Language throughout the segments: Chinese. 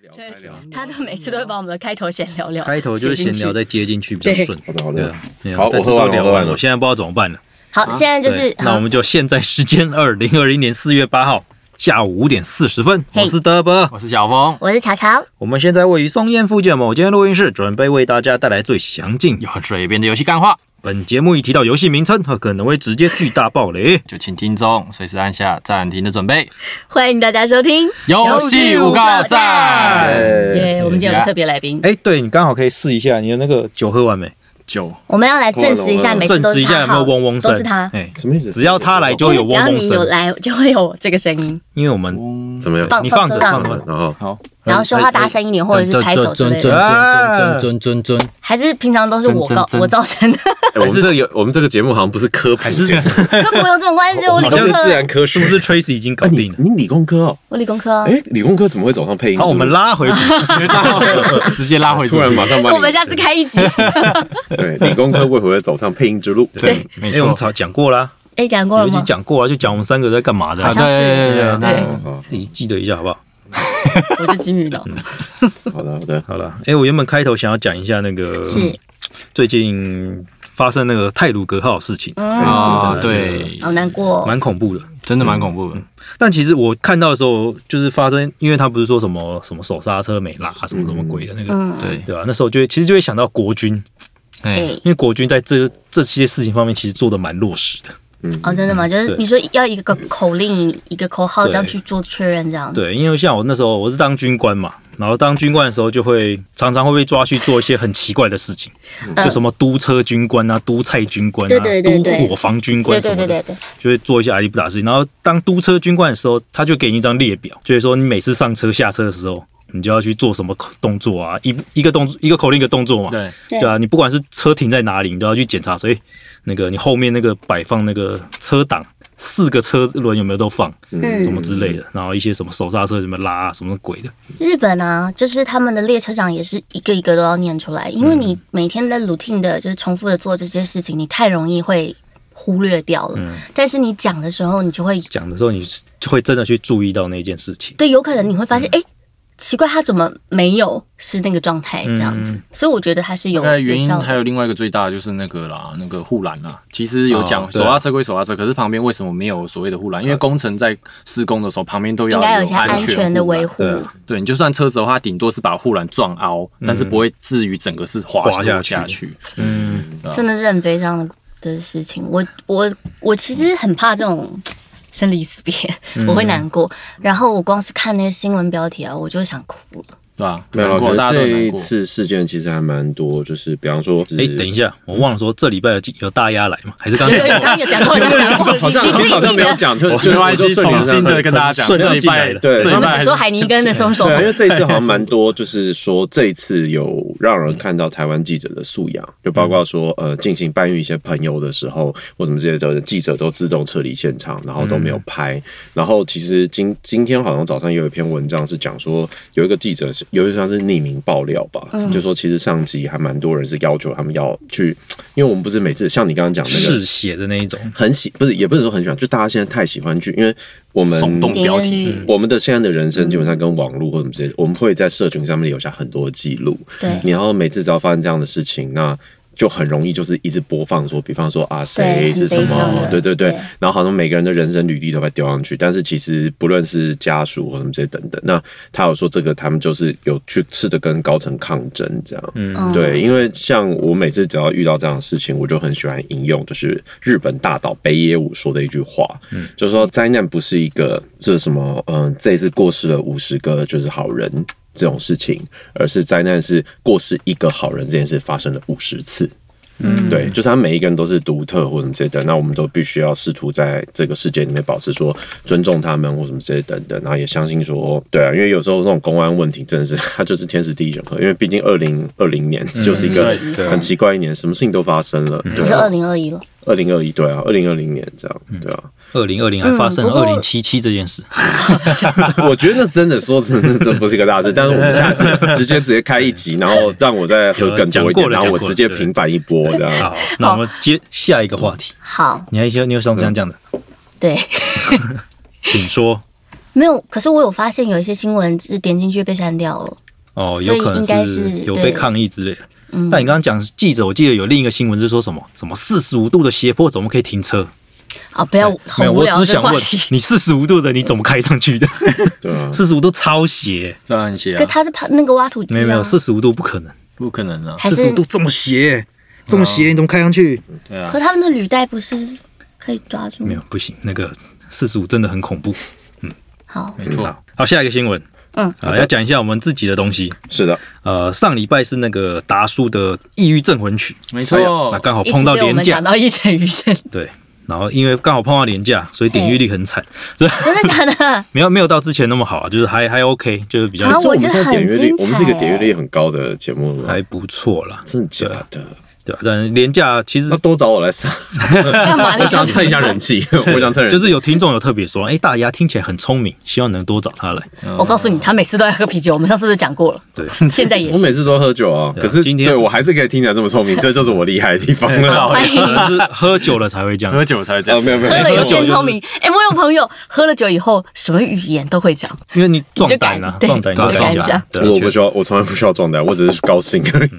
聊对开聊，他都每次都会把我们的开头闲聊聊，开头就是闲聊，再接进去比较顺。好的好对的啊，，没有好但是我喝完了都聊我喝完了，了我现在不知道怎么办了。好，现在就是啊对那我们就现在 时间二零二一年四月八号下午五点四十分，嘿我是德伯，我是小峰，我是乔乔，我们现在位于松烟附近的某间录音室，准备为大家带来最详尽。有水边的游戏干话，本节目一提到游戏名称，可能会直接巨大 爆雷。就请听众随时按下暂停的准备。欢迎大家收听，游戏五个 赞，哎，耶！我们今天有个特别来宾，哎，对你刚好可以试一下你的那个酒喝完没？九我们要来证实一下，每次证都实是一下他有没有号，嗡嗡声。都是他哎，什么意思？只要他来就因会为有只要嗡嗡你有声，哎来，就会有这个声音，因为我们怎么样？放你放着哦放放着着。然后好，然后说话大声一点，或哎者是拍手之类准的，准准准，还是平常都是我告真真真我造 成的，哎我们这个有我们这个节目好像不是科普 节目，跟我有什么关系？我好理像工是自科，然科是学不。是 Tracy 已经搞啊，你定了？你理工科哦？我理工科，哎，理工科怎么会走上配音？好，我们是拉回 去。 直接拉不回是突然马上把你我们下次开一 集，对理工科为何会走上配音之路？对，没哎、我错们，早讲过啦，哎，讲过有了一集吗？讲过了，啊就讲我们三个在干嘛的好啊，对像是对对对对，好自己记得一下好不好？我就金鱼脑，嗯好的好的，好了，哎、我原本开头想要讲一下那个是，最近发生那个泰鲁格号的事情，嗯，啊对，好难过哦，蛮恐怖的。真的蛮恐怖的，但其实我看到的时候，就是发生，因为他不是说什么什么手刹车没拉，什么什么鬼的那个，嗯，对，对吧、那时候就会其实就会想到国军，哎，哎。因为国军在这这些事情方面其实做的蛮落实的。哦，真的吗？就是对你说要一个口令、一个口号这样对去做确认，这样子。对，因为像我那时候我是当军官嘛，然后当军官的时候就会常常会被抓去做一些很奇怪的事情，就什么督车军官啊、督菜军官啊、嗯对对对对督伙房军对官什对么的，对对对，就会做一些阿里不达的事情。然后当督车军官的时候，他就给你一张列表，所以说你每次上车下车的时候，你就要去做什么动作啊，一一个动作一个口令一个动作嘛。对，对对啊，你不管是车停在哪里，你都要去检查，所以那个你后面那个摆放那个车挡，四个车轮有没有都放，嗯什么之类的，然后一些什么手刹车什么拉、啊、什么鬼的，日本啊，就是他们的列车长也是一个一个都要念出来，因为你每天在 routine 的，就是重复的做这些事情，你太容易会忽略掉了。但是你讲的时候，你就会讲的时候你是就会真的去注意到那件事情。对，有可能你会发现，哎、奇怪，他怎么没有是那个状态这样子？所以我觉得他是有那有原因效还的。有另外一个最大的就是那个啦，那个护栏啦。其实有哦讲对手刹车归手刹车，可是旁边为什么没有所谓的护栏？因为工程在施工的时候，旁边都应要该有一些安全护栏全的维护，对啊对你就算车子的话，顶多是把护栏撞凹，嗯但是不会至于整个是滑滑下落去下去。嗯，真的是很悲伤的的事情。我我我其实很怕这种生离死别，我会难过。然后我光是看那个新闻标题啊，我就想哭了。对吧？没有难啦，过，大可家都是这很难一过。次事件其实还蛮多，就是比方说，哎、等一，下，我忘了说这礼拜有有大鸭来吗？还是刚有有才有 刚刚有讲过，有讲过，哦你自己今天好像记没有得。讲，就哦就没关系，重新的跟大家讲，顺这道礼进来拜的对这我礼们拜只说海尼根的凶手对，因为这一次好像蛮多，就是说这一次有让人看到台湾记者的素 养，就包括说呃进行搬运一些朋友的时候，或什么这些的记者都自动撤离现场，然后都没有嗯拍。然后其实今今天好像早上也有一篇文章是讲说，有一个记者有一像是匿名爆料吧，就说其实上级还蛮多人是要求他们要去，因为我们不是每次像你刚刚讲那个嗜血的那一种，很喜，不是也不是说很喜欢，就大家现在太喜欢去，因为我们耸动标题，我们的现在的人生基本上跟网络或什么之类的，我们会在社群上面留下很多记录。对然后每次只要发生这样的事情，那就很容易就是一直播放说，比方说啊谁对是很什悲伤么，的对对对对，然后好像每个人的人生履历都被丢上去，但是其实不论是家属或什么这些等等，那他有说这个他们就是有去试着跟高层抗争这样，嗯，嗯对，因为像我每次只要遇到这样的事情，我就很喜欢引用就是日本大岛北野武说的一句话，嗯，就是说灾难不是一个这什么，嗯、这一次过世了五十个就是好人这种事情，而是灾难是过世一个好人这件事发生了五十次。嗯，对，就是他每一个人都是独特或什么之类的，那我们都必须要试图在这个世界里面保持说尊重他们或什么之类等等，然后也相信说，对啊，因为有时候这种公安问题真的是它就是天时地利人和，因为毕竟二零二零年嗯就是一个对很奇怪一年，什么事情都发生了，不对是啊二，零二一了，二零二一对啊，二零二零年这嗯样，对啊， 二零二零还发嗯生不二过零七七这件事，我觉得真的说真的，这不是一个大事，但是我们下次直接直接开一集，然后让我再喝更多一点，有了讲过了然后我讲过了直接平反一波这样。好，那我们接下一个话题。好，你还有你有想讲讲的，对，请说。没有，可是我有发现有一些新闻是点进去被删掉了。哦，所以有可应该能是有对被抗议之类的。嗯但你刚刚讲记者，我记得有另一个新闻是说什么什么四十五度的斜坡怎么可以停车？啊，不要，好没有，无我聊只这想话问题。啊你四十五度的你怎么开 上去的？对啊，四十五度超斜，这样很斜可啊，他是怕那个挖土机、啊，没有没有，四十五度不可能，哦不可能啊，还四是十五度这么斜，这么斜你怎么开上去？对啊可，他们的履带不是可以抓住？没有，不行，那个四十五真的很恐怖。好，嗯没错，好，好，下一个新闻，嗯啊，要讲一下我们自己的东西。是的，呃，上礼拜是那个达叔的《抑郁症魂曲》，没错那，刚好一碰起到被我廉们价讲，到一成余生，对，然后因为刚好碰到廉价，所以点阅率很惨，这真的假 的？没有没有到之前那么好啊，就是还还 OK，就是比较啊可是我我觉们得现在点阅率很精，彩我们是一个点阅率很高的节目了还吗，不错啦，真的假的？对吧、但廉价其实那多找我来上，啊干嘛？我想要蹭一下人气， 我想蹭人气，就是有听众有特别说，哎、大牙听起来很聪明，希望能多找他来。 我告诉你，他每次都在喝啤酒，我们上次都讲过了， 对，现在 也我每是。次都喝酒啊，对啊可是今天对是我还是可以听起来这么聪明，这就是我厉害的地方对了。好欢迎可你能是喝酒了才会这 喝样，酒才会这啊，样，没有没有喝了没有也喝酒就变是聪明。哎，我有朋友喝了酒以后，什么语言都会讲，因为你壮胆啊，你就敢对壮胆就你就敢讲对我确不实需要，我从来不需要壮胆，我只是高兴而已。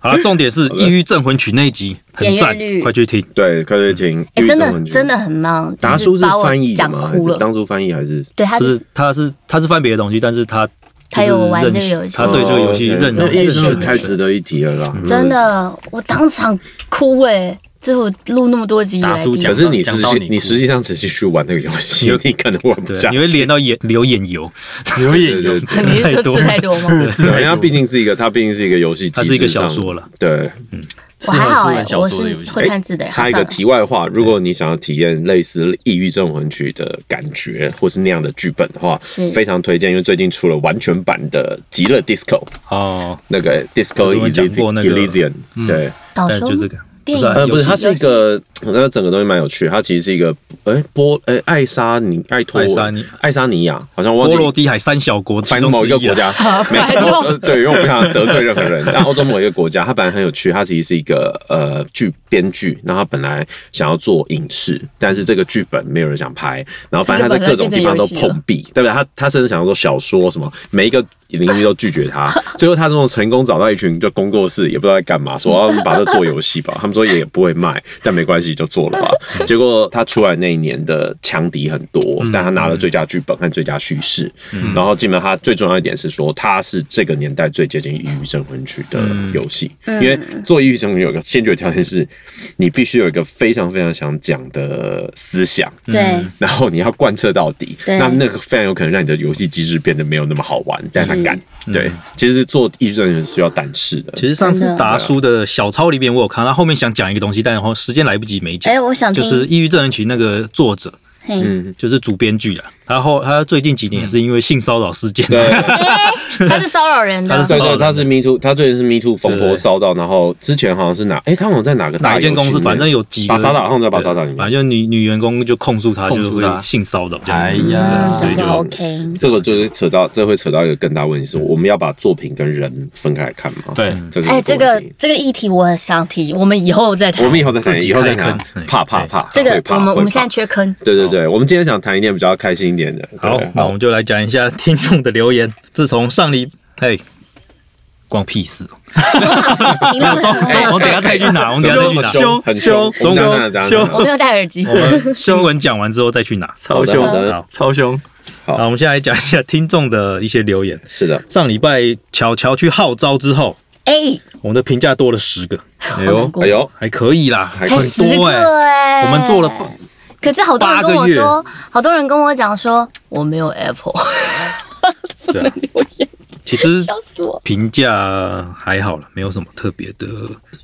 好了，重点是《抑郁症魂曲》那一集很赞点阅率，快去听。对，快去听。哎，抑郁真症的文具真的，很忙。达叔就是把我翻译的讲吗？还哭是了。当初翻译还是？对，他不是，他是他是翻别的东西，但是他他就是有玩认这个游戏他对这个游戏哦，OK 认那抑郁真的认太值得一提了啦，真。的，我当场哭哎，这是我录那么多集以来达叔第可一讲是你实讲际到你哭你实际上仔细去玩那个游戏，你可能玩不对，下你。会连到眼流眼 油，有对眼有对对， 你是说字太多 吗？对因为它毕竟是一个，它毕竟是一个游戏机它制上，是一个小说了。对，我适啊还合好出哎人，小我说的是游戏，会看字的人。插一好个算了题外话，如果你想要体验类似抑郁症魂曲的感觉，或是那样的剧本的话是，非常推荐，因为最近出了完全版的《极乐 DISCO》，哦，那个 Disco 我们讲过那个 Elysian，对，导但说就是这个电不是啊影呃，不是，游戏它是一个，那整个东西蛮有趣的，它其实是一个，哎，波，哎，爱沙尼，爱托，爱沙尼爱沙尼亚，好像忘波记罗的海三小国其反中正某一个之国啊，家，美反正国呃对，因为我不想得罪任何人。 但欧洲某一个国家，它本来很有趣，它其实是一个呃剧编剧，然后它本来想要做影视，但是这个剧本没有人想拍，然后反正他在各种地方都碰壁，对不对？他他甚至想要做小说什么，每一个邻居都拒绝他。最后他这种成功找到一群就工作室也不知道在干嘛，说啊我们把这做游戏吧，他们说也不会卖，但没关系就做了吧。结果他出来那一年的强敌很多，但他拿了最佳剧本和最佳叙事。然后基本上他最重要一点是说，他是这个年代最接近抑郁症魂曲的游戏，因为做抑郁症魂曲有个先决条件是，你必须有一个非常非常想讲的思想。对 然后你要贯彻到底，对那那个非常有可能让你的游戏机制变得没有那么好玩，但他是敢，对，其实做艺术人员是要胆识的，嗯其实上次达叔的小抄里面我有看，他后面想讲一个东西，但然后时间来不及没讲。哎，我想就听，是《抑郁症人群》那个作者，嘿，嗯，就是主编剧啊。然后他最近几年也是因为性骚扰事件， 对，哎他是骚扰人的他是，对对，他是 Me Too，他最近是 Me Too 风波烧到，然后之前好像是哪，哎，他好像在哪个大哪一间游戏公司里面反正有几个巴沙达好像在巴沙达里对面反正就女女员工就控诉他，控就是诉他会性骚扰这样哎子。嗯，呀，这对个就 OK，这个就是扯到，这会扯到一个更大问题，是我们要把作品跟人分开来看嘛？，对，这就是哎，这问个题这个议题我想提，我们以后再谈我。们以后再谈，自己以后再开谈坑，对怕怕怕，这会个怕我们我会们怕现在缺坑，对对对，我们今天想谈一点比较开心一点的，好对，那我们就来讲一下听众的留言。自从上礼，哎，光屁事哦。你 们中中，我们等一下再去拿，我们等一下再去拿。凶很凶，凶我们等一下等一下等凶一下我没有戴耳机我，们新闻讲完之后再去拿。超好的好的凶，超凶，好好，我们现在来讲一下听众的一些留言。是的，上礼拜巧巧去号召之后，哎，我们的评价多了十个，好难过哎，呦，还可以啦，还才可以很十多哎、个哎，我们做了。可是好多人跟我八说，好多人跟我讲说我没有 Apple， 对啊，其实笑死我。评价还好了，没有什么特别的，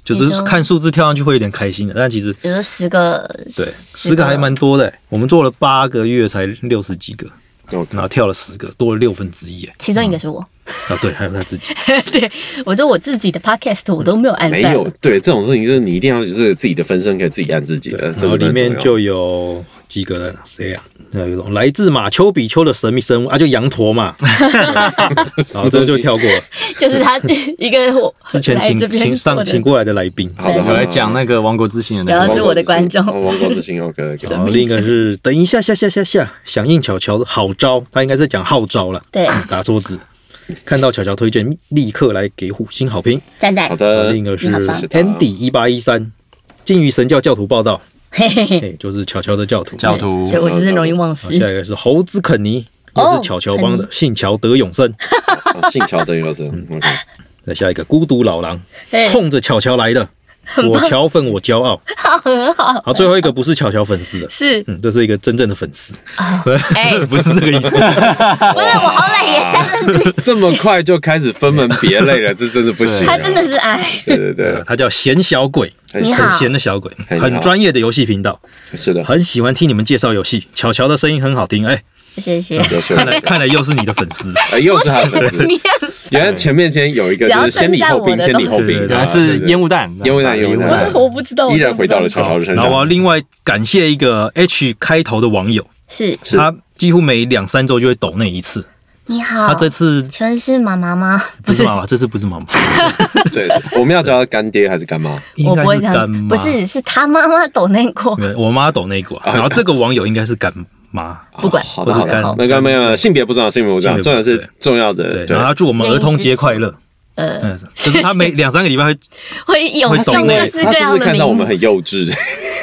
就你是说看数字跳上去会有点开心的，但其实比如说十个，对十个还蛮多的欸、我们做了八个月才六十几个，我然后跳了十个，多了六分之一欸、其中一个是我， 啊，对，还有他自己，对，我就我自己的 podcast 我都没有按没赞，有对这种事情，就是你一定要就是自己的分身可以自己按自己的，这然后个里很面重要就有几个人，谁啊？那有一种来自马丘比丘的神秘生物啊，就羊 驼嘛，然后这个就跳过了。就是他一个我之前来请这边请我上的请过来的来宾，好的，我好来的讲那个《王国之心》的然那后个是我的观众哦王国之心，OK OK，然后哦另一个是等一下下下下下，响应巧巧的好招，他应该是讲号召了，对 打错字。看到巧巧推荐，立刻来给五星好评。赞赞好，然后的，呃另一个是你好棒 Andy 一八一三，金鱼神教教徒报道，嘿嘿嘿，哎，就是巧巧的教徒。教徒所以我是容易忘然后事下。一个是猴子肯尼，哦又是巧巧帮的，姓乔德永生。哦姓乔的有声，OK，嗯再下一个孤独老狼，嘿冲着巧巧来的，我乔粉我骄傲。好，很好，好，最后一个不是巧巧粉丝 的，是，嗯，这是一个真正的粉丝，呃哎，不 不是这个意 思。是，我好歹也 三分之一，啊这么快就开始分门别类了，这真的不行啊，他真的是哎，对对对对，他叫闲小鬼，很 你好很闲的小鬼，很好很专业的游戏频道，是的，很喜欢听你们介绍游戏。巧巧的声音很好听，哎，谢谢，有趣，看来看来又是你的粉丝，哎又是他的粉丝，你原来前面先有一个就是先礼后兵，先礼后兵，啊对原来对是对烟雾弹，烟雾弹烟雾弹我我不知道，依然回到了乔小乔的身然后我要上，另外感谢一个 H 开头的网友，是是他几乎每两三周就会抖那一次。你好他，这次请问是妈妈吗？不哦不是是，妈妈，这次不是妈妈，对，是我们要叫他干爹还是干妈？应 我不该会是这样干，妈。不是，是他妈妈抖内过，没有，我妈抖那一股啊。然后这个网友应该是干妈，不管，嗯好不的或好者的干管，好，没关没有性别不重要，性别不重要，重要的是重要的对，对然后他祝我们儿童节快乐。呃，嗯，就是他每两三个礼 拜会会涌会抖上内各式他是各不样是的看上我名们目，很幼稚？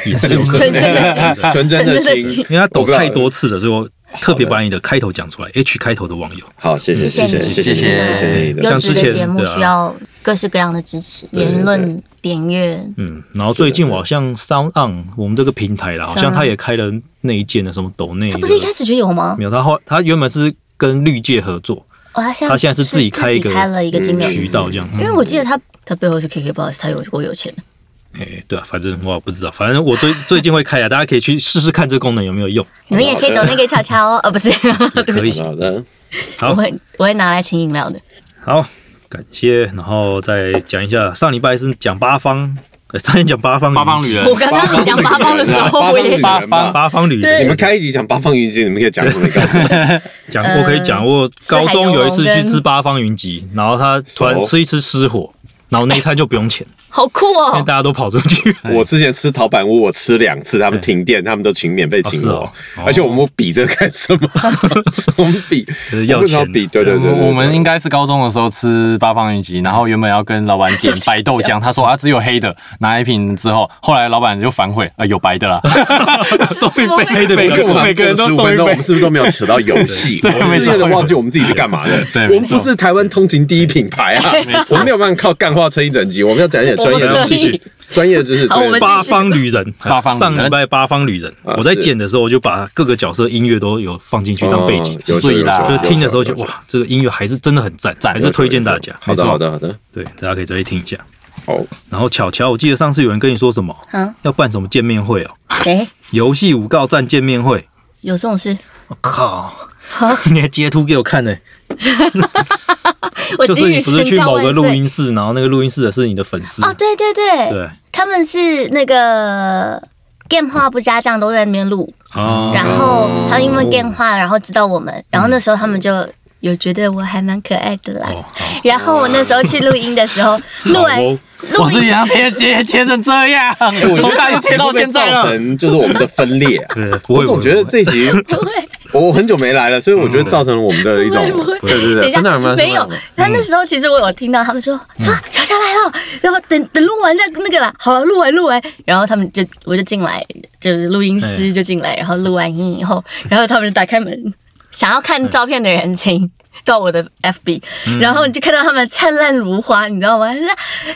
也是有可纯能真的 心，纯真的纯真的心心。因为他我抖不知道太多次了，所以我特别把你的开头讲出来，H 开头的网友。好，谢谢谢谢谢谢谢谢你谢谢你的优像质之的前节目对啊需要各式各样的支持，对言论、点阅，嗯，然后最近我好像 Sound On 我们这个平台啦，好像 Sound On 他也开了那一件的什么抖内他的，不是一开始就有吗？没有，他后他原本是跟绿界合作哦，他现他现在是自己开一个自己开了一个金嗯额，渠道这样子因。为我记得他他背后是 KKBOX，他有我有钱的，哎，对啊，反正我也不知道，反正我最最近会开啊，大家可以去试试看这个功能有没有用。你们也可以抖那个悄悄哦，呃，不 是，对不可以起，好的，好我会我会拿来请饮 料的。好，感谢，然后再讲一下，上礼拜是讲八方，呃差点讲八方八方旅人我刚刚你讲八方的时候，八方我也想八方八方旅人，你们开一集讲八方云集，你们可以讲什么？告诉 我讲，我可以讲，我高中有一次去吃八方云集，然后他突然熟吃一吃失火，然后那一餐就不用钱，好酷因为 哦！大家都跑出去。 我之前吃陶板屋，我吃两次，他们停电，他们都请免费请哦我，是哦而且我们比这个干什 么？我们比是要我不知道钱比，对对对对，对我我们应该是高中的时候吃八方云集，然后原本要跟老板点白豆浆，他说啊只有黑的，拿一瓶之后，后来老板就反悔，啊有白的啦，送一杯黑的每比较个快每个人都15送分一钟，我 杯们。是不是都没有扯到 游戏？对我们没是错有点忘记我们自己是干嘛的。对我们没错不是台湾通勤第一品牌啊，我们没有办法靠干话撑一整集，我们要讲一点专业我的们知可识以，专业的知识。好对我们八方旅人，八方旅人上礼拜八方旅人，啊我在是剪的时候我就把各个角色音乐都有放进去当背景哦，有趣碎啦有趣就是听的时候有就趣哇，这个音乐还是真的很赞，还是推荐大家。好的，好的，好的，对，大家可以再去听一下。好。然后巧巧，我记得上次有人跟你说什么，嗯，要办什么见面会哦，哎，游戏五告站见面会。有这种事，我靠， 你还截图给我看呢、我就是金你宇不是神去教某万个录岁。音室，然后那个录音室的是你的粉丝，哦，对对对，对，啊他们是那个 game 话不加酱都在那边录，哦，然后他因为电话，然后知道我们，然后那时候他们就有觉得我还蛮可爱的啦。哦，好然后我那时候去录音的 时候，录完 哦录我自己音，要贴贴贴成这样，从大一贴到现在造了。成就是我们的分裂。啊啊对，不我会，总不会觉得不会这集不会我很久没来了，所以我觉得造成了我们的一种不会不会对对等一对，下真的吗？没有真的吗。他那时候其实我有听到他们说嗯说乔乔来了，然后等等录完再那个啦，好了，录完录完，然后他们就我就进来，就是录音师就哎进来，然后录完音以后，然后他们就打开门，想要看照片的人请。到我的 FB，、然嗯后你就看到他们灿烂如花，你知道吗？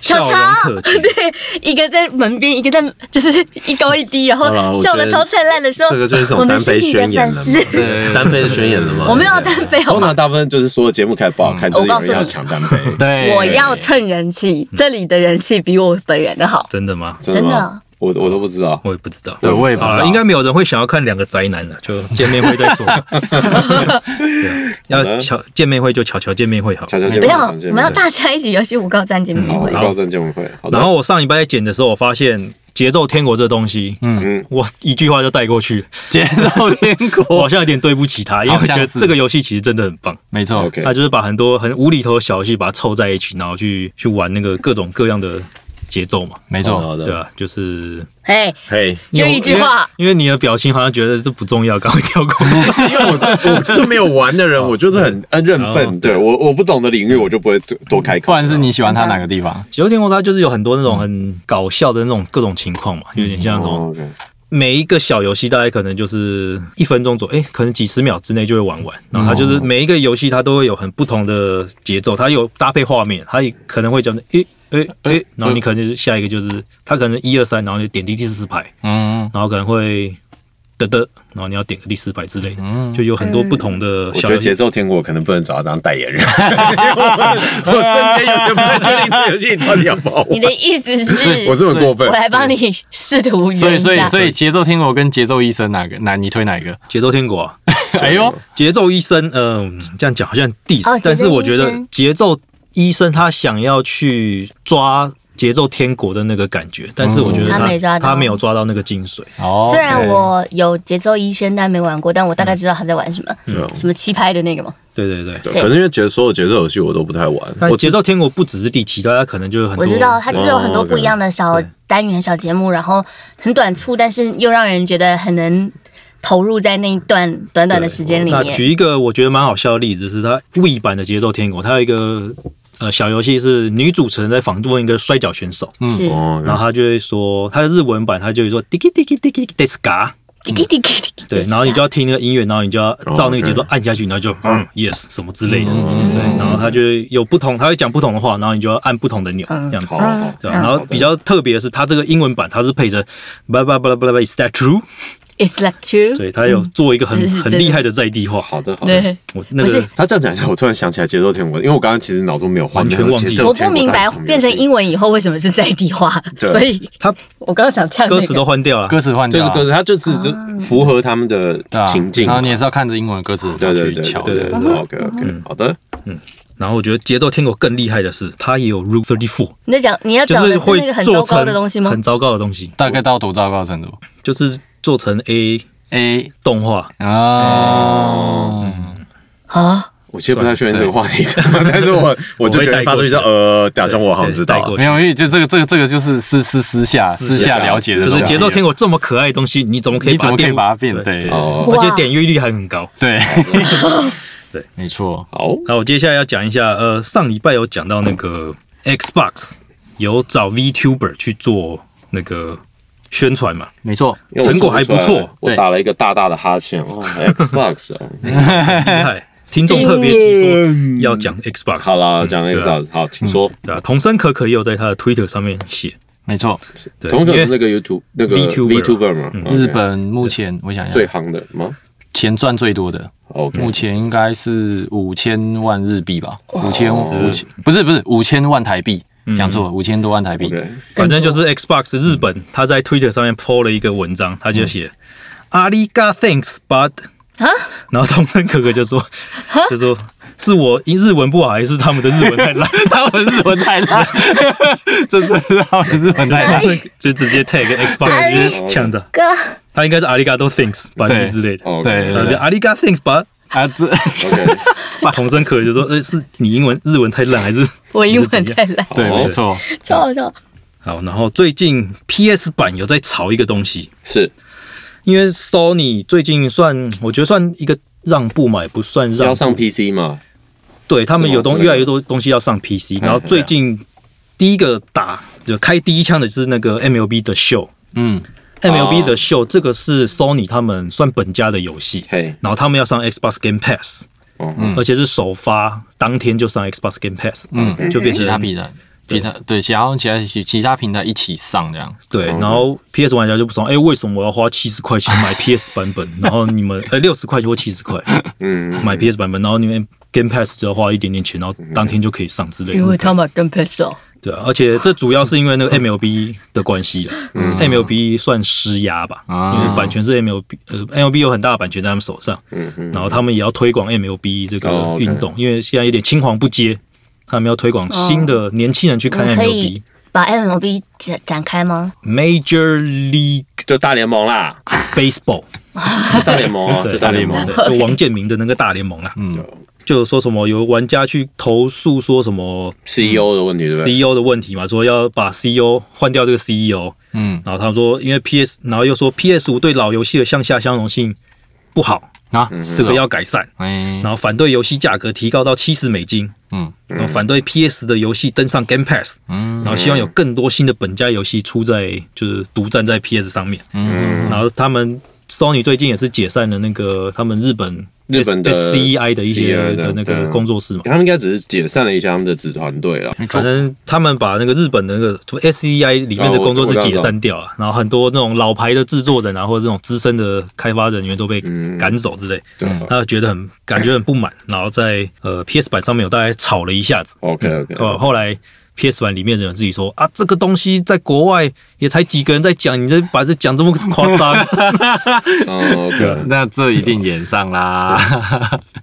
乔笑容乔可，掬对，一个在门边，一个在就是一高一低，然好啦后我笑觉的得超灿烂的时候，这个就是一我种们单是飞你的宣言了粉嘛丝，对单飞的宣言 了吗？我没有单飞，好通吗？常大部分就是所有节目开不好看，就是有人要抢单飞。对，我要蹭人气，这里的人气比我本人的好，真的吗？真吗的。啊我我都不知道。我也不知道，对我也不知好道了，应该没有人会想要看两个宅男的，就见面会 再说。对要巧见面会就巧巧见面会好。悄悄见不面要，会，我们要大家一起游戏五告战见面嗯好，会预。告证见面会。好的然后我上礼拜在剪的时候，我发现节奏天国这东西，嗯，我一句话就带过去，节奏天 我国，好像有点对不起他，因为我好觉像得是这个游戏其实真的很棒。没错 OK 他就是把很多很无厘头的小游戏把它凑在一起，然后去去玩那个各种各样的节奏嘛，没好的错，好对啊的，吧、就是嘿，嘿，就一句话因为，因为你的表情好像觉得这不重要，赶快跳过。 因为我这啊我是没有玩的人，我就是很呃认哦份。对嗯我我不懂的领域，我就不会多多开口。不然是你喜欢他哪个地方？九天后它就是有很多那种很搞笑的那种各种情况嘛，有点像那哦种，OK，每一个小游戏大概可能就是一分钟左右，哎、可能几十秒之内就会玩完。然后它就是每一个游戏它都会有很不同的节奏，它有搭配画面，它也可能会讲诶诶诶，然后你可能就是下一个就是它可能一二三，然后就点第第四排，嗯然后可能会得得，然后你要点个第四排之类的，嗯，就有很多不同的我小觉得游节戏。奏天国可能不能找他当代言人，因 为我我瞬间有点不太确定这游戏到底要不好你玩。的意思是， 我是很过分我，来帮你试图圆一下嗯所以所以所以节奏天国跟节奏医生哪个？哪你推哪 一个？节奏天国、啊，哎哦呦，节奏医生，嗯、这样讲好像 diss，、哦节奏但是我觉医得生节奏医生他想要去抓节奏天国的那个感觉，但是我觉嗯得他没抓到他没有抓到那个精髓。哦，虽然我有节奏医生，但没玩过，但我大概知道他在玩什么，嗯什么七拍的那个嘛。对对对，啊可是因为节所有节奏游戏我都不太玩，但我节奏天国不只是第七代，它可能就是很多。我知道它就是有很多哦不一样的小单元、小节目，然后很短促，但是又让人觉得很能投入在那一段短短的时间里那面。举一个我觉得蛮好笑的例子是，它 V 版的节奏天国，它有一个呃小游戏是女主持人在访问一个摔跤选手，是，哦然后他就会说，他的日文版他就会说 “diki diki diki desu ga”，滴滴滴滴滴对，然后你就要听那个音乐，然后你就要照那个节奏哦 OK 按下去，然后就嗯 yes 什么之类的，嗯对，然后他就有不同，他会讲不同的话，然后你就要按不同的钮，这嗯样子好。好好对吧，然后比较特别的是，它这个英文版它是配着巴拉巴拉巴拉，Is that true？ ，It's like true。对，它有做一个很嗯这是很真的厉害的在地化。好的好的。对，我那个不是他这样讲一下，我突然想起来节奏天国，因为我刚刚其实脑中没有画面，完全忘记节奏我天不国明到底白是什么游戏变成英文以后为什么是在地化，对所以它我刚刚想唱歌那词都个。换掉了歌，词换对掉对了，对，他就只是符合他们的对啊情境嘛。然后你也是要看着英文歌词对对去对瞧对对的。对，OK OK，好嗯的，然后我觉得节奏天国更厉害的是，它也有 Route Thirty Four，你在讲你要就讲的是会那个很做糟成糕的东西吗很？糟糕的东西，大概到多糟糕的程度就是做成 A ？A 啊动画，哦，啊，我其实不太确定这个话题， 但是 我我就觉得发出一声呃，假装我好像知道带过了。去没有，因为就这个这个这个就是私私私下私下了解的就东是西节奏天国这么可爱的东西，你怎么可以啊你怎么可以变把它变对哦而且哇点阅率还很高。 对对， 没错，好，那我接下来要讲一下，呃，上礼拜有讲到那个 Xbox 有找 VTuber 去做那个宣传 嘛，没错，因为我成果还不做出来了错我对打了一个大大的哈欠。哦 Xbox，哦 很厉害。听众特别提说要讲嗯 Xbox，好啦，讲一对啊个好，请说。对啊，童声可可也有在他的 Twitter 上面写，没错。对，同可因为是那个 YouTube 那个 VTuber 嗯 VTuber 嘛，OK 日本目前我想一下最，夯的吗钱赚最多的， ？OK，目前应该是五千万日币吧，五千是五千不是不是五千万台币，讲错了，五千多万台币。 OK， 反正就是 Xbox 日嗯本，他在 Twitter 上面 po 了一个文章，他就写阿里嘎 thanks but 啊，然后童声可可就说就说是我英日文不好，还是他们的日文太烂？他们日文太烂，这真的是他们日文 太烂。就直接 tag Xbox 对直接呛的，哥，啊他应该是阿里嘎多 thanks but 对之类的，哦对然后就阿里嘎 thanks but。啊，这 OK，童声可可就说：“呃，是你英文日文太烂，还是我英文太烂，对，没错，超好笑。好？”然后最近 PS 版有在炒一个东西， 是因为 Sony 最近算我觉得算一个让步嘛，也不算要让步，上 PC 嘛？对他们有是东吗哎越来越多东西要上 PC，然后最近第一个打就开第一枪的是那个 MLB 的秀。嗯，哦 MLB 的秀，这个是 Sony 他们算本家的游戏，嘿，然后他们要上 Xbox Game Pass，哦，而且是首发当天就上 Xbox Game Pass，嗯就变其他成平台，其他对，其他其他其他平台一起上这样。对，嗯然后 PS 玩家就不爽，哎，为什么我要花七十块钱 买 PS 版本，然后你们呃六十块钱或七十块嗯，买 PS 版本，然后你们 Game Pass 只要花一点点钱，然后当天就可以上之类的，他们跟 p e s o 对啊，而且这主要是 因为那个 MLB 的关系啦、m 嗯 l b 算施压吧，啊因为版权是 MLB，呃，MLB 有很大的版权在他们手上，然后他们也要推广 MLB 这嗯哦个，OK 运动，因为现在有点青黄不接，他们要推广新哦的年轻人去我看们可 MLB 以。把 MLB 展展开吗？ Major League 就大联盟啦， Baseball，就大联盟啊，就大联盟。对就王建民的那个大联盟啦。嗯，就说什么有玩家去投诉说什么 CEO E 的问题对不对？ CEO 的问题嘛，说要把 CEO 换掉这个 E CEO，嗯然后他们说因为 PS，然后又说 PS 五对老游戏的向下相容性不好，啊，这这个要改善。哎然后反对游戏价格提高到七十美金，嗯然后反对 PS 的游戏登上 Game Pass，嗯然后希望有更多新的本家游戏出在就是独占在 PS 上面。嗯，然后他们 Sony 最近也是解散了那个他们日本日本的 CEI 的一些 CEI 的的那对个啊工作室嘛。他们应该只是解散了一下他们的子团队了。没错反正他们把那个日本的那个 SEI E 里面的工作室解散掉了，然后很多那种老牌的制作人啊，或者这种资深的开发人员都被嗯赶走之类，对他觉得很感觉很不满，然后在呃 PS 版上面有大概吵了一下子， ，OK OK，呃，后来 PS 版里面的人自己说啊，这个东西在国外也才几个人在讲，你这把这讲这么夸张，嗯 OK，那这一定演上啦。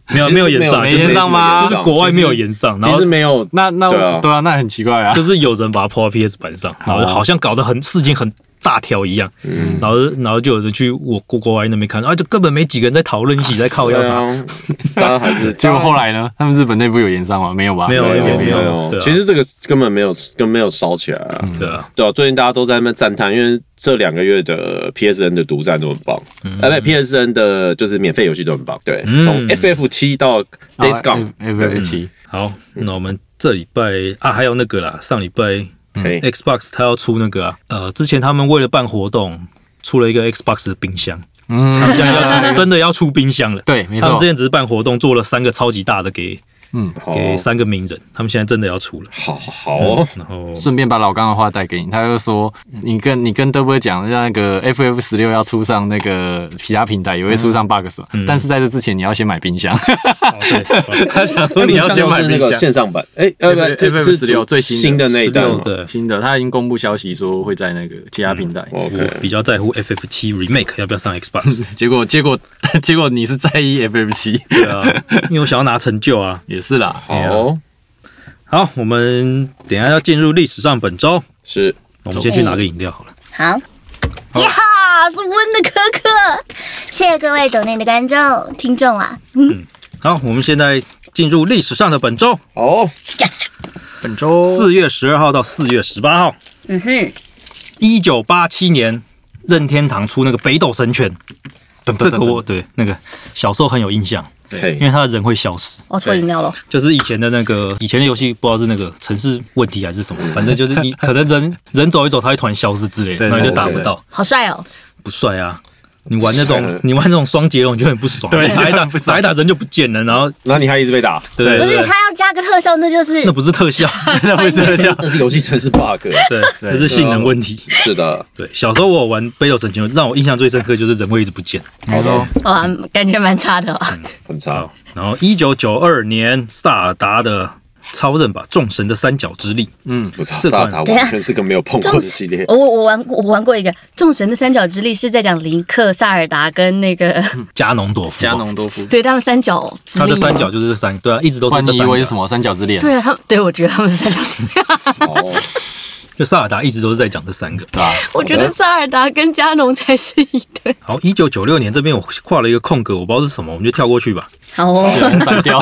没有没有演上，没演上吗就是国外没有演上，然其后实没有， 那那对啊对啊，那很奇怪 啊就。是有人把它抛到 PS 版上，然后好像搞得很事情很大条一样，然后然后就有人去我国国外那边看，啊，就根本没几个人在讨论一起在靠腰对啊， 大家还是结果后来呢？他们日本内部有演上吗？没有吧？没有没有有没没有有对，啊其实这个根本没有根本没有烧起来啊。嗯对啊，对啊，最近大家都在那边赞叹，因为这两个月的 PSN 的独占都很棒，嗯啊不，PSN 的就是免费游戏都很棒。对，从 FF 七到 Days Gone， F F 七，好，那我们这礼拜啊，还有那个啦，上礼拜哎， Xbox 它要出那个啊，呃，之前他们为了办活动出了一个 Xbox 的冰箱，嗯，现在要出真的要出冰箱了。对，没他们错之，前只是办活动，做了三个超级大的给好给三个名人，他们现在真的要出了。好好嗯哦，然后顺便把老刚的话带给你。他就说，你跟你跟德波讲，像那个 F F 十六要出上那个其他平台，也会出嗯上 bugs，但是在这之前你要先买冰箱。哦对，他想说你要先买是那冰个箱。线上版，哎， 呃不，这 FF 是16最新的新的那一代16嘛对新的，他已经公布消息说会在那个其他平台。 ，OK，我比较在乎 FF 七 Remake 要不要上 Xbox。 结果结果 结果你是在意 FF 七， 对啊，因为我想要拿成就啊。也是啦。哎好哦，好，我们等一下要进入历史上本周，是我们先去拿个饮料好了。好，呀，是温的可可，谢谢各位抖内的观众听众啊好，我们现在进入历史上的本周，哦， ，yes，本周四月十二号到四月十八号，嗯哼，一九八七年任天堂出那个北斗神拳，这个我对那个小时候很有印象，嘿因，为他的人会消失，我错饮料了，就是以前的那个以前的游戏，不知道是那个城市问题还是什么，反正就是 你可能人人走一走，它会突然消失之类的，对然后就对打对不对到，好帅哦，不帅啊。你玩那不帅种啊，你玩那种双截龙，你就很不爽。对打一就打很不爽打一打人就不见了，然后然后你还一直被打，不对对是对，他要加个特效，那就是那不是特效，那不是像那是游戏城市 bug，对，这是性能问题。是的，对，小时候我有玩《北斗神拳》，让我印象最深刻就是人会一直不见。好的，好啊，感觉蛮差的哦，很差，然后，一九九二年萨尔达的超人吧，众神的三角之力，嗯，不知道这款萨达完全是个没有碰过的系列，我我玩过我玩过一个《众神的三角之力》，是在讲林克、萨尔达跟那个，加农朵夫。加，农多夫。 对他们三角之嗯他力的吗，三角就是这三，对啊，一直都是不然这你以三为是什个。么三角之恋？对啊，他们对我觉得他们是三角，哦，就萨尔达一直都是在讲这三个。对啊吧？我觉得萨尔达跟加农才是一对，好，一九九六年这边我画了一个空格，我不知道是什么，我们就跳过去吧。好哦， 删 掉，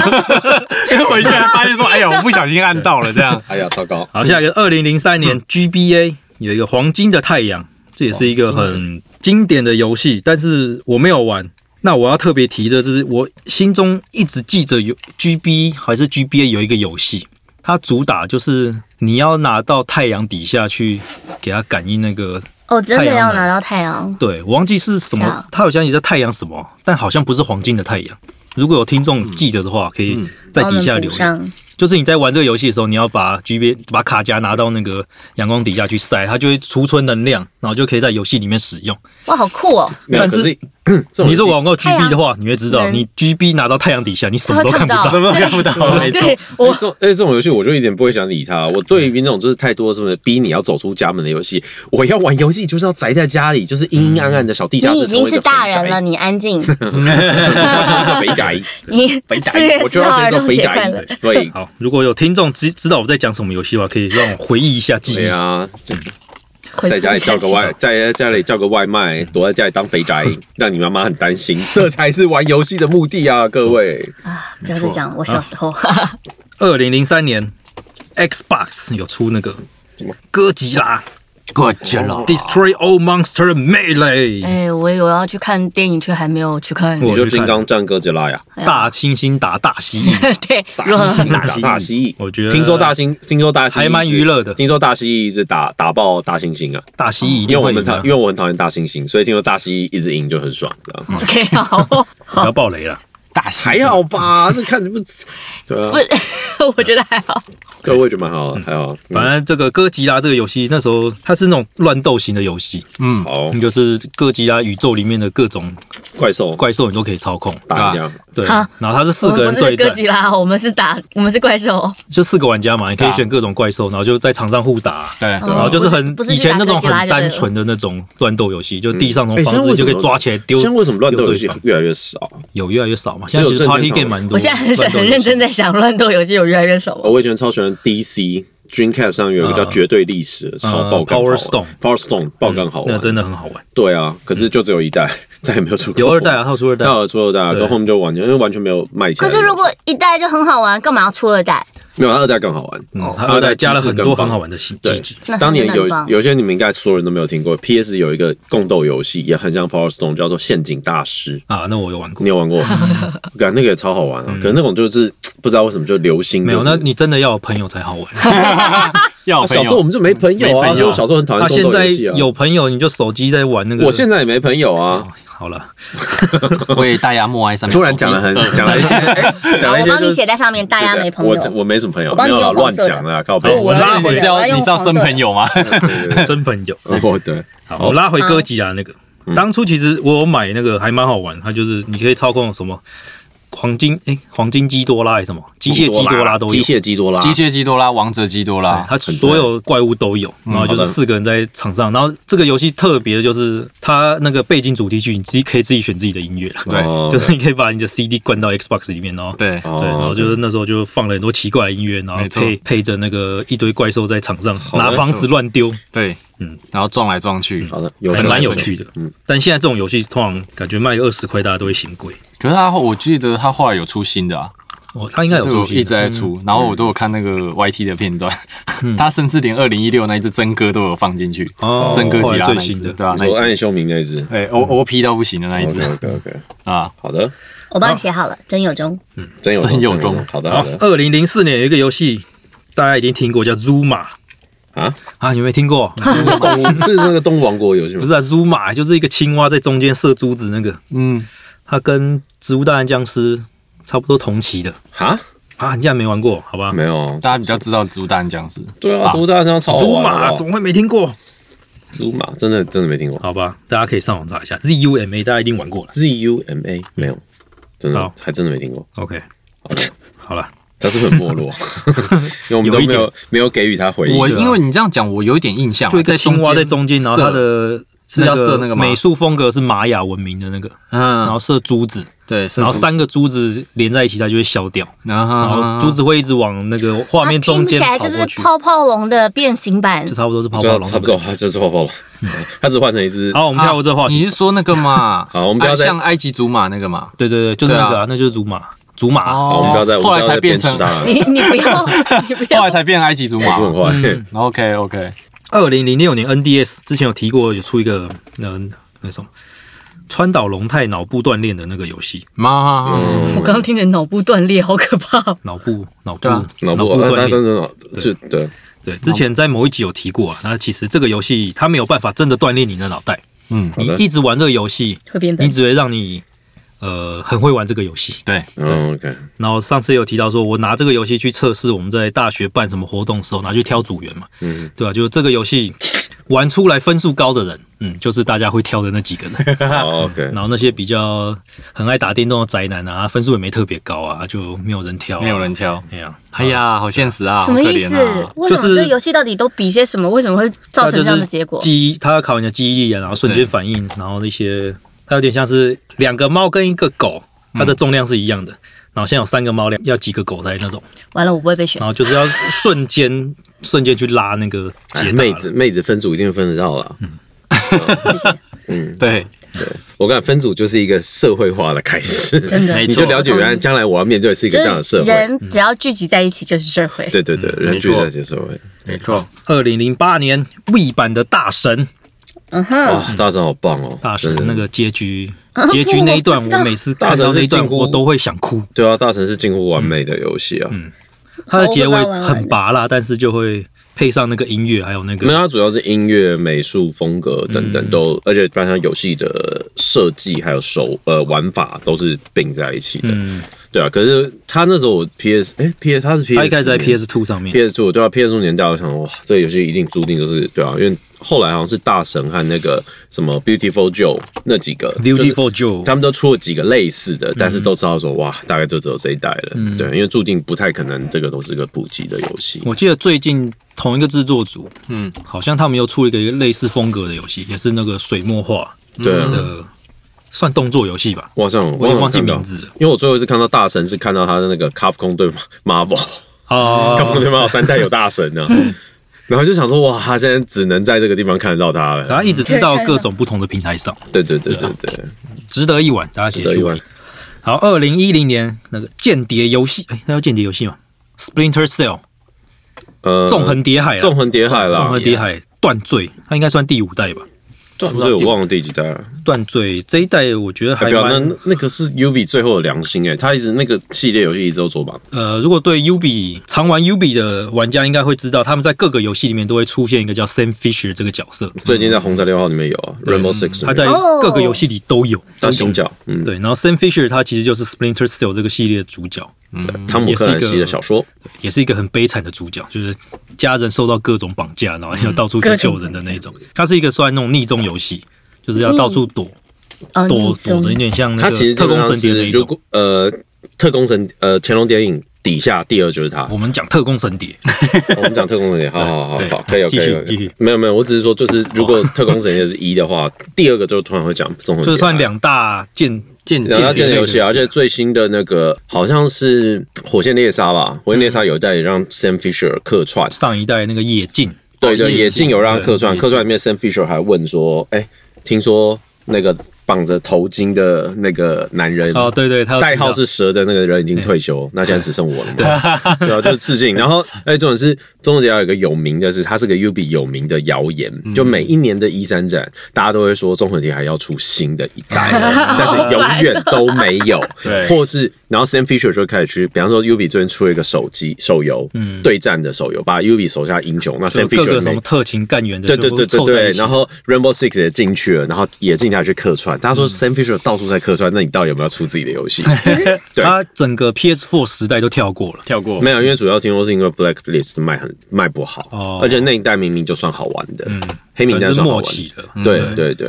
因为我现在发现说，哎呀，我不小心按到了这样。哎呀，糟糕，好，下一个二零零三年 GBA 有一个黄金的太阳，这也是一个很经典的游戏，但是我没有玩。那我要特别提的是，我心中一直记着有 GB 还是 GBA 有一个游戏，它主打就是你要拿到太阳底下去给它感应那个，哦，真的太阳要能拿到太阳，对我忘记是什是么啊，它好像也叫太阳什么，但好像不是黄金的太阳。如果有听众记得的话，可以在帮我底们下补留言。上，就是你在玩这个游戏的时候，你要把 G B 把卡夹拿到那个阳光底下去晒，它就会储存能量，然后就可以在游戏里面使用。哇，好酷哦！没有，但是可是 这种你如果玩过太阳 GB 的话，你会知道，能你 GB 拿到太阳底下，你什么都看不到，都看不到， 没错。对哎我这种哎这种游戏我就一点不会想理它。我对于那种就是太多什么逼你要走出家门的游戏，我要玩游戏就是要宅在家里，就是阴阴暗暗的小地下室。你已经是大 人了，，你安静。肥宅，你肥四月宅，我就四要号做一儿个童肥节快乐宅。。对，好，如果有听众知知道我在讲什么游戏的话，可以让我回忆一下记对忆。啊，回在家里复一下叫个外，在家里叫个外卖，躲在家里当肥 宅，让你妈妈很担心，这才是玩游戏的目的啊，各位。啊！不要再讲了，我小时候二零零三年，Xbox 有出那个哥吉拉过去了， Destroy All Monster Melee 哎，我有要去看电影，却还没有去看。我你去就看金刚战哥啊吉拉呀，大猩猩打大蜥 蜴， 对，如大何 蜥蜴大打蜥蜴大蜥蜴，我觉得听说大猩，听说大蜥蜴还蛮娱乐的听说大蜥蜴一直打打爆大猩猩啊，大蜥蜴一因为定我会赢啊们讨，的因，为我很讨厌大猩猩，所以听说大蜥蜴一直赢就很爽，这样 OK 好哦？ 不要暴雷了。大戏还好吧？那看你 们，对啊，不，我觉得还好。对，我也觉得蛮好的，还好，嗯反正这个哥吉拉这个游戏，那时候它是那种乱斗型的游戏，嗯，好你就是哥吉拉宇宙里面的各种怪兽怪兽，你都可以操控。打一样，对，啊然后它是我四个们人不是对哥战，吉拉，我们是打，我们是怪兽哦。就四个玩家嘛，你可以对啊选各种怪兽，然后就在场上互打。对，哦然后就是很不是以不是去前打那种哥吉拉很就对了单纯的那种乱斗游戏，就地上那哎现种房在子为什就么可以抓起来丢。现在为什么乱斗游戏丢对方越来越少？啊有越来越少嘛？现在只有其实正 party 面讨 game 论蛮多。我现在很乱斗游很戏认真在想，乱斗游戏有越来越少了。我以前超喜欢 DC。Dreamcast 上有一个叫《绝对历史》的，超爆肝好玩嗯 Power Stone 嗯 Power Stone 爆肝好那玩个，真的很好玩。对啊，可是就只有一代， 再也没有出过。有二代啊，，套出二 代他。有出二代啊，对跟后面就完全因为完全没有卖起可来。是如果一代就很好玩，干嘛要出二代？没有，它二代更好玩。嗯，它它二哦二代代加了机制很更多棒很好玩的细机对制。，那当年真的有很棒有些你们应该所有人都没有听过，PS 有一个共斗游戏，也很像 Power Stone，叫做《陷阱大师》。啊，那我有玩过你。有玩过？ 感那个也超好玩啊！可能那种就是不知道为什么就流行。嗯没有，就是那你真的要有朋友才好玩。要有朋小时候我友，们就没朋友没朋啊，友所以我小时候很讨那厌现共斗在游戏啊。有朋友，你就手机在玩那个。哦我现在也没朋友啊。好了，为大家默哀三秒钟。突然讲了很讲了一些，呃哎 讲了一我些帮就你是写在上面，大家没朋对友对。我我没什么朋友，我帮没你有啦用黄乱色的讲了，靠背哦。我拉回对是要我要用你是要黄色真的朋友吗？ 真朋 友。 哦，对，好，我拉回哥吉拉那个。嗯当初其实我有买那个还蛮好玩，它就是你可以操控什么黄金诶，黄金基多拉还是什么机械基多拉都有，机械基啊多拉，机械基多拉、王者基多对拉，它所有怪物都有，然后就嗯好是的四个人在场上，然后这个游戏特别的就是它那个背景主题曲，你自己可以自己选自己的音乐啦，对哦 就是你可以把你的 CD 灌到 Xbox 里面，然后对，哦对，然后就是那时候就放了很多奇怪的音乐，然后没错配配着那个一堆怪兽在场上的拿房子乱丢，对，嗯嗯，然后撞来撞去。好的，有很趣蛮有趣的。嗯但现在这种游戏通常感觉卖二十块大家都会嫌贵，可是他后，我记得他后来有出新的啊，哦，它应该有就是出我新的嗯一直在出，然后我都有看那个 YT 的片段， 他甚至连二零一六那一只真哥都有放进去，哦真哥吉拉后来那最一新只，的啊对吧？啊你那一说哦只暗夜凶明那一只，哎，O O P 到不行的那一只 OK OK，啊，好的，我啊帮你写好了，真有中。真 有真有真中好的好好，的 二零零四年有一个游戏大家已经听过叫 Zuma 啊，啊，你有没有听过？动物是那个动物王国游戏吗不？是啊，Zuma 就是一个青蛙在中间射珠子那个，嗯，它跟《植物大战僵尸》差不多同期的哈，啊，你竟然没玩过，好吧？没有，啊大家比较知道植物大战僵尸，对啊，啊植物大战僵尸超好祖啊玩好不玛好，怎么会没听过？鲁马真的真的没听过好吧，大家可以上网查一下 ZUMA，大家一定玩过了。 ，Z U M A 没有，真的好还真的没听过， OK，好了，他是不是很没 落，因为我们有都一没点有没有给予他回应。我因为你这样讲，我有一点印象啊，就一个青啊蛙在中间，然后它射的是要射那个吗美术风格是玛雅文明的那个，然后嗯，射珠子，嗯对，嗯然然后，三个珠子连在一起，它就会消掉，然然后嗯珠子会一直往那个画它面中啊听起间来跑就是过去，泡泡龙的变形版就，差不多是泡知泡道龙，差不多，。他就是泡泡龙，他只换成一只。嗯好，我们跳过这个话题。啊你是说那个嘛？ 好我们不要哎再像埃及祖玛那个嘛。对对对，就是那个、对啊啊，那就是祖玛，祖玛。好，我们不要再，后来才变成，大了，你你不 要，你不 后要来。才变埃及嗯祖我玛是。很嗯坏。 OK 嗯 OK，二零零六年 NDS 之前有提过，有出一个那那什么川岛龙太脑部锻炼的那个游戏，妈，我刚刚听着脑部断裂，好可怕哦！脑部脑部对啊脑部，脑呃锻他炼真。的脑是对，对，之前在某一集有提过啊。那其实这个游戏它没有办法真的锻炼你的脑袋，嗯，好你的一直玩这个游戏， 会变你笨，只会让你呃很会玩这个游戏。对，嗯，OK， 然后上次有提到说，我拿这个游戏去测试我们在大学办什么活动的时候，拿去挑组员嘛，嗯，对吧、就是这个游戏玩出来分数高的人，嗯，就是大家会挑的那几个 人。好，OK，然后那些比较很爱打电动的宅男啊，分数也没特别高啊，就没有人挑、没有。人挑。哎呀，哎呀，好现实啊，什好可么意怜思？啊！为什就么是这游戏到底都比些什么？为什么会造成这样的结果它就是？记忆，它要考你的记忆力啊，然后瞬间反应，然后那些，它有点像是两个猫跟一个狗，它的重量是一样的。然后现在有三个猫，两要几个狗才那种，完了，我不会被选然。后就是要瞬间瞬间去拉那个结哎大妹了嗯子妹子分组一定分得到啦。对，我感觉分组就是一个社会化的开始，嗯真的 没你错就了解原来将来我要面对的是一个就这样的社是会。嗯人只要聚集在一起就是社会。对对对，嗯人没聚错在一起的社会。没错，二零零八年 V 版的大神，嗯哼，哇，大神好棒哦！大神真的那个 结局，结局那一段，我每次看到那一哦段，我都会想哭。对啊，大神是近嗯乎完美的游戏啊。它的结尾很拔辣，但是就会配上那个音乐，还有那没有，个它主要是音乐、美术、风格等嗯等都，而且加上游戏的设计还有手呃玩法都是并在一起的。嗯对啊，可是他那时候我 PS 哎、PS 他是 PS，他一开始在年 PS Two 上面， PS Two 对啊 PS Two 年代，我想哇，这个游戏一定注定就是对啊，因为后来好像是大神和那个什么 Beautiful Joe 那几个就 Beautiful 嗯是 Joe 他们都出了几个类似的，但是都知道说哇，大概就只有这一代了，嗯对，因为注定不太可能这个都是个普及的游戏。我记得最近同一个制作组，嗯，好像他们又出了一个类似风格的游戏，也是那个水墨画对啊，的，算动作游戏吧。我好像我也忘记看到名字了因为我最后一次看到大神是看到他的那个 Capcom 对 Marvel，Capcom 啊，对 Marvel 三代有大神 呢、然后就想说哇，他现在只能在这个地方看得到他然了。后一直知道各种不同的平台上，对对对对对，值得一玩，大家值解得一去玩玩。。好，二零一零年那个间谍游戏，哎，那叫间谍游戏吗？Splinter Cell 呃，纵横叠海啊，纵横叠海啦，纵横叠海断罪，它应该算第五代吧？对，这我忘了第几代了。断罪这一代我觉得代还哎表那蛮那个是 UB 最后的良心哎、他一直那个系列游戏一直都做榜，呃，如果对 UB 常玩 UB 的玩家应该会知道，他们在各个游戏里面都会出现一个叫 Sam Fisher 这个角色，最近在《红色六号》里面有啊，Rainbow Six，嗯他在哦各个游戏里都有。当行脚，嗯，对，然后 Sam Fisher 他其实就是 Splinter Cell 这个系列的主角，嗯汤姆克兰西的小说，也是一个很悲惨的主角，就是家人受到各种绑架，然后嗯要到处去救人的那种。他是一个算那种逆中游戏，就是要到处躲哦，躲逆躲中着，有点像那他其个实特工神基谍本上那一是如种。果呃特工神呃乾隆谍影底下第二就是他，我们讲特工神谍， 我们讲特工神谍，好好好哦对好，可以继可续以可继以续，没有没有，我只是说就是如果特工神谍是一的话，第二个就突然会讲纵横，就是算。两大剑间然后间它建谍的类游戏啊，的游而戏且最新的那个好像是《火线猎杀》吧，《火线猎杀》有一代也让 Sam Fisher 客串，上一代那个哦夜哦镜，对对，哦夜野径有让他对客串，野客串里面 Sam Fisher 还问说，哎、听说那个绑着头巾的那个男人。哦，对对，他有代号提到是蛇的那个人已经退休，那现在只剩我了嘛？ 对啊，就是致 敬。然后，哎，重点是中国节有一个有名的是，它是个 UB 有名的谣言，嗯就每一年的一 E 三展，大家都会说中和节还要出新的一 代了，但是永远都没有。对或是然后 Sam Fisher 就开始去，比方说 UB 最近出了一个手机手游，对战的手游，把 UB 手下英雄，那 Sam 嗯就各 Fisher 个里面什么特勤干员的，对对对对全部凑在对一，起然后 Rainbow Six 也进去了，然后也进下去客串。大家嗯说 Sam Fisher 到处在客串，那你到底有没有出自己的游戏？对他整个 PS4 时代都跳过了。跳过没有，因为主要听说是因为 Blacklist 卖很卖不好，哦嗯而且那一代明明就算好玩的，黑名可能单是算好末玩期嗯了。对对对，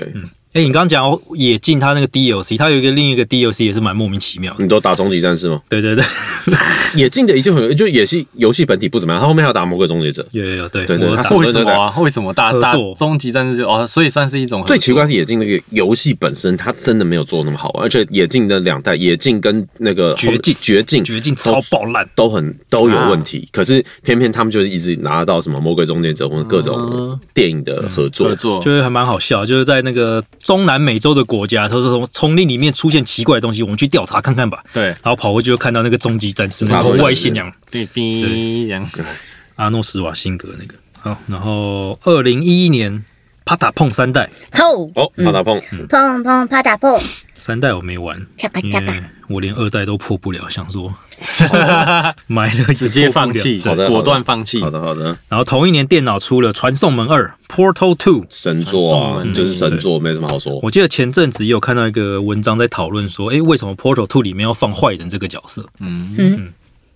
哎、你刚刚讲哦野进他那个 DLC，他有一个另一个 DLC 也是蛮莫名其妙的。你都打终极战士吗？对对对，也进的也就很就也是游戏本体不怎么样，他后面还有打魔鬼终结者。 有有有，对对对我他打是为什么啊？为什么大合大作终极战士就哦，所以算是一种合作最奇怪是野镜那个游戏本身，它真的没有做那么好玩，而且野镜的两代，野镜跟那个绝境绝境绝境超啊爆烂，都很都有问题，可是偏偏他们就是一直拿到什么《魔鬼终结者》或者各种啊电影的合作。合作就是还蛮好笑，就是在那个中南美洲的国家，他说什么丛林里面出现奇怪的东西，我们去调查看看吧。对然后跑过去就看到那个终极战士，然终后极战士外星人对哔这样阿诺斯瓦辛格那个。好，然后二零一一年啪嗒碰三代，吼，哦，好打碰，嗯砰砰啪嗒砰，三代我没玩，恰嘎因恰嘎嗯为我连二代都破不了，想说哦买了直接放弃，好的果断放弃好。的，好的，然后同一年电脑出了《传送门二》（Portal Two）。神作啊传送，门就是神作，没什么好说。我记得前阵子也有看到一个文章在讨论说，诶、为什么 Portal Two 里面要放坏人这个角色？嗯，嗯，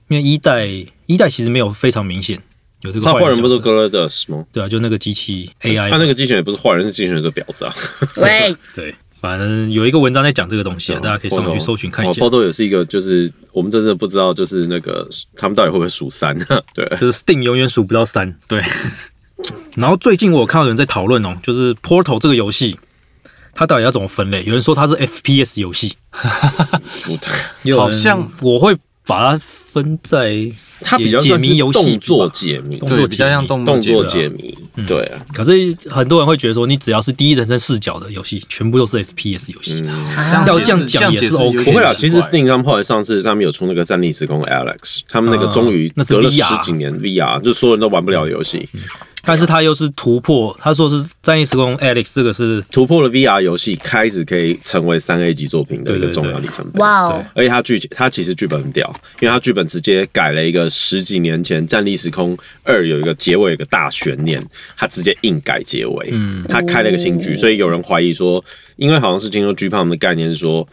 因为一代一代其实没有非常明显有这个那坏人不是角色 Gladius 吗？对啊，就那个机器 AI，他那个机器人也不是坏人，是机器人是个婊子啊！喂，对，反正有一个文章在讲这个东西啊，大家可以上网去搜寻看一下哦。，Portal 也是一个，就是我们真的不知道，就是那个他们到底会不会数三啊？对，就是 Steam 永远数不到三。对， 然后最近我有看到有人在讨论哦，就是 Portal 这个游戏，它到底要怎么分类？有人说它是 FPS 游戏，不太，也有人好像我会把它分在它比较 解像是谜游戏吧动作解谜，动作嗯对，比较像动动解作的解谜，对啊，可是很多人会觉得说，你只要是第一人称视角的游戏，全部都是 FPS 游戏。嗯啊要这样讲也是 OK 不会啦，了，其实 Steam 他们后来上次他们有出那个《战地时空》Alex，他们那个嗯终于那是嗯隔了 VR 十几年 VR，就所有人都玩不了的游戏，但是它又是突破，他说是《战地时空 Alex》这个是突破了 VR 游戏，开始可以成为三 A 级作品的一个对对重要对里程碑。哇哦，而且他剧他其实剧本很屌，因为他剧本直接改了一个十几年前《战地时空二》有一个结尾有一个大悬念，他直接硬改结尾，嗯，他开了一个新哦剧，所以有人怀疑说，因为好像是听说 G p 他们的概念是说。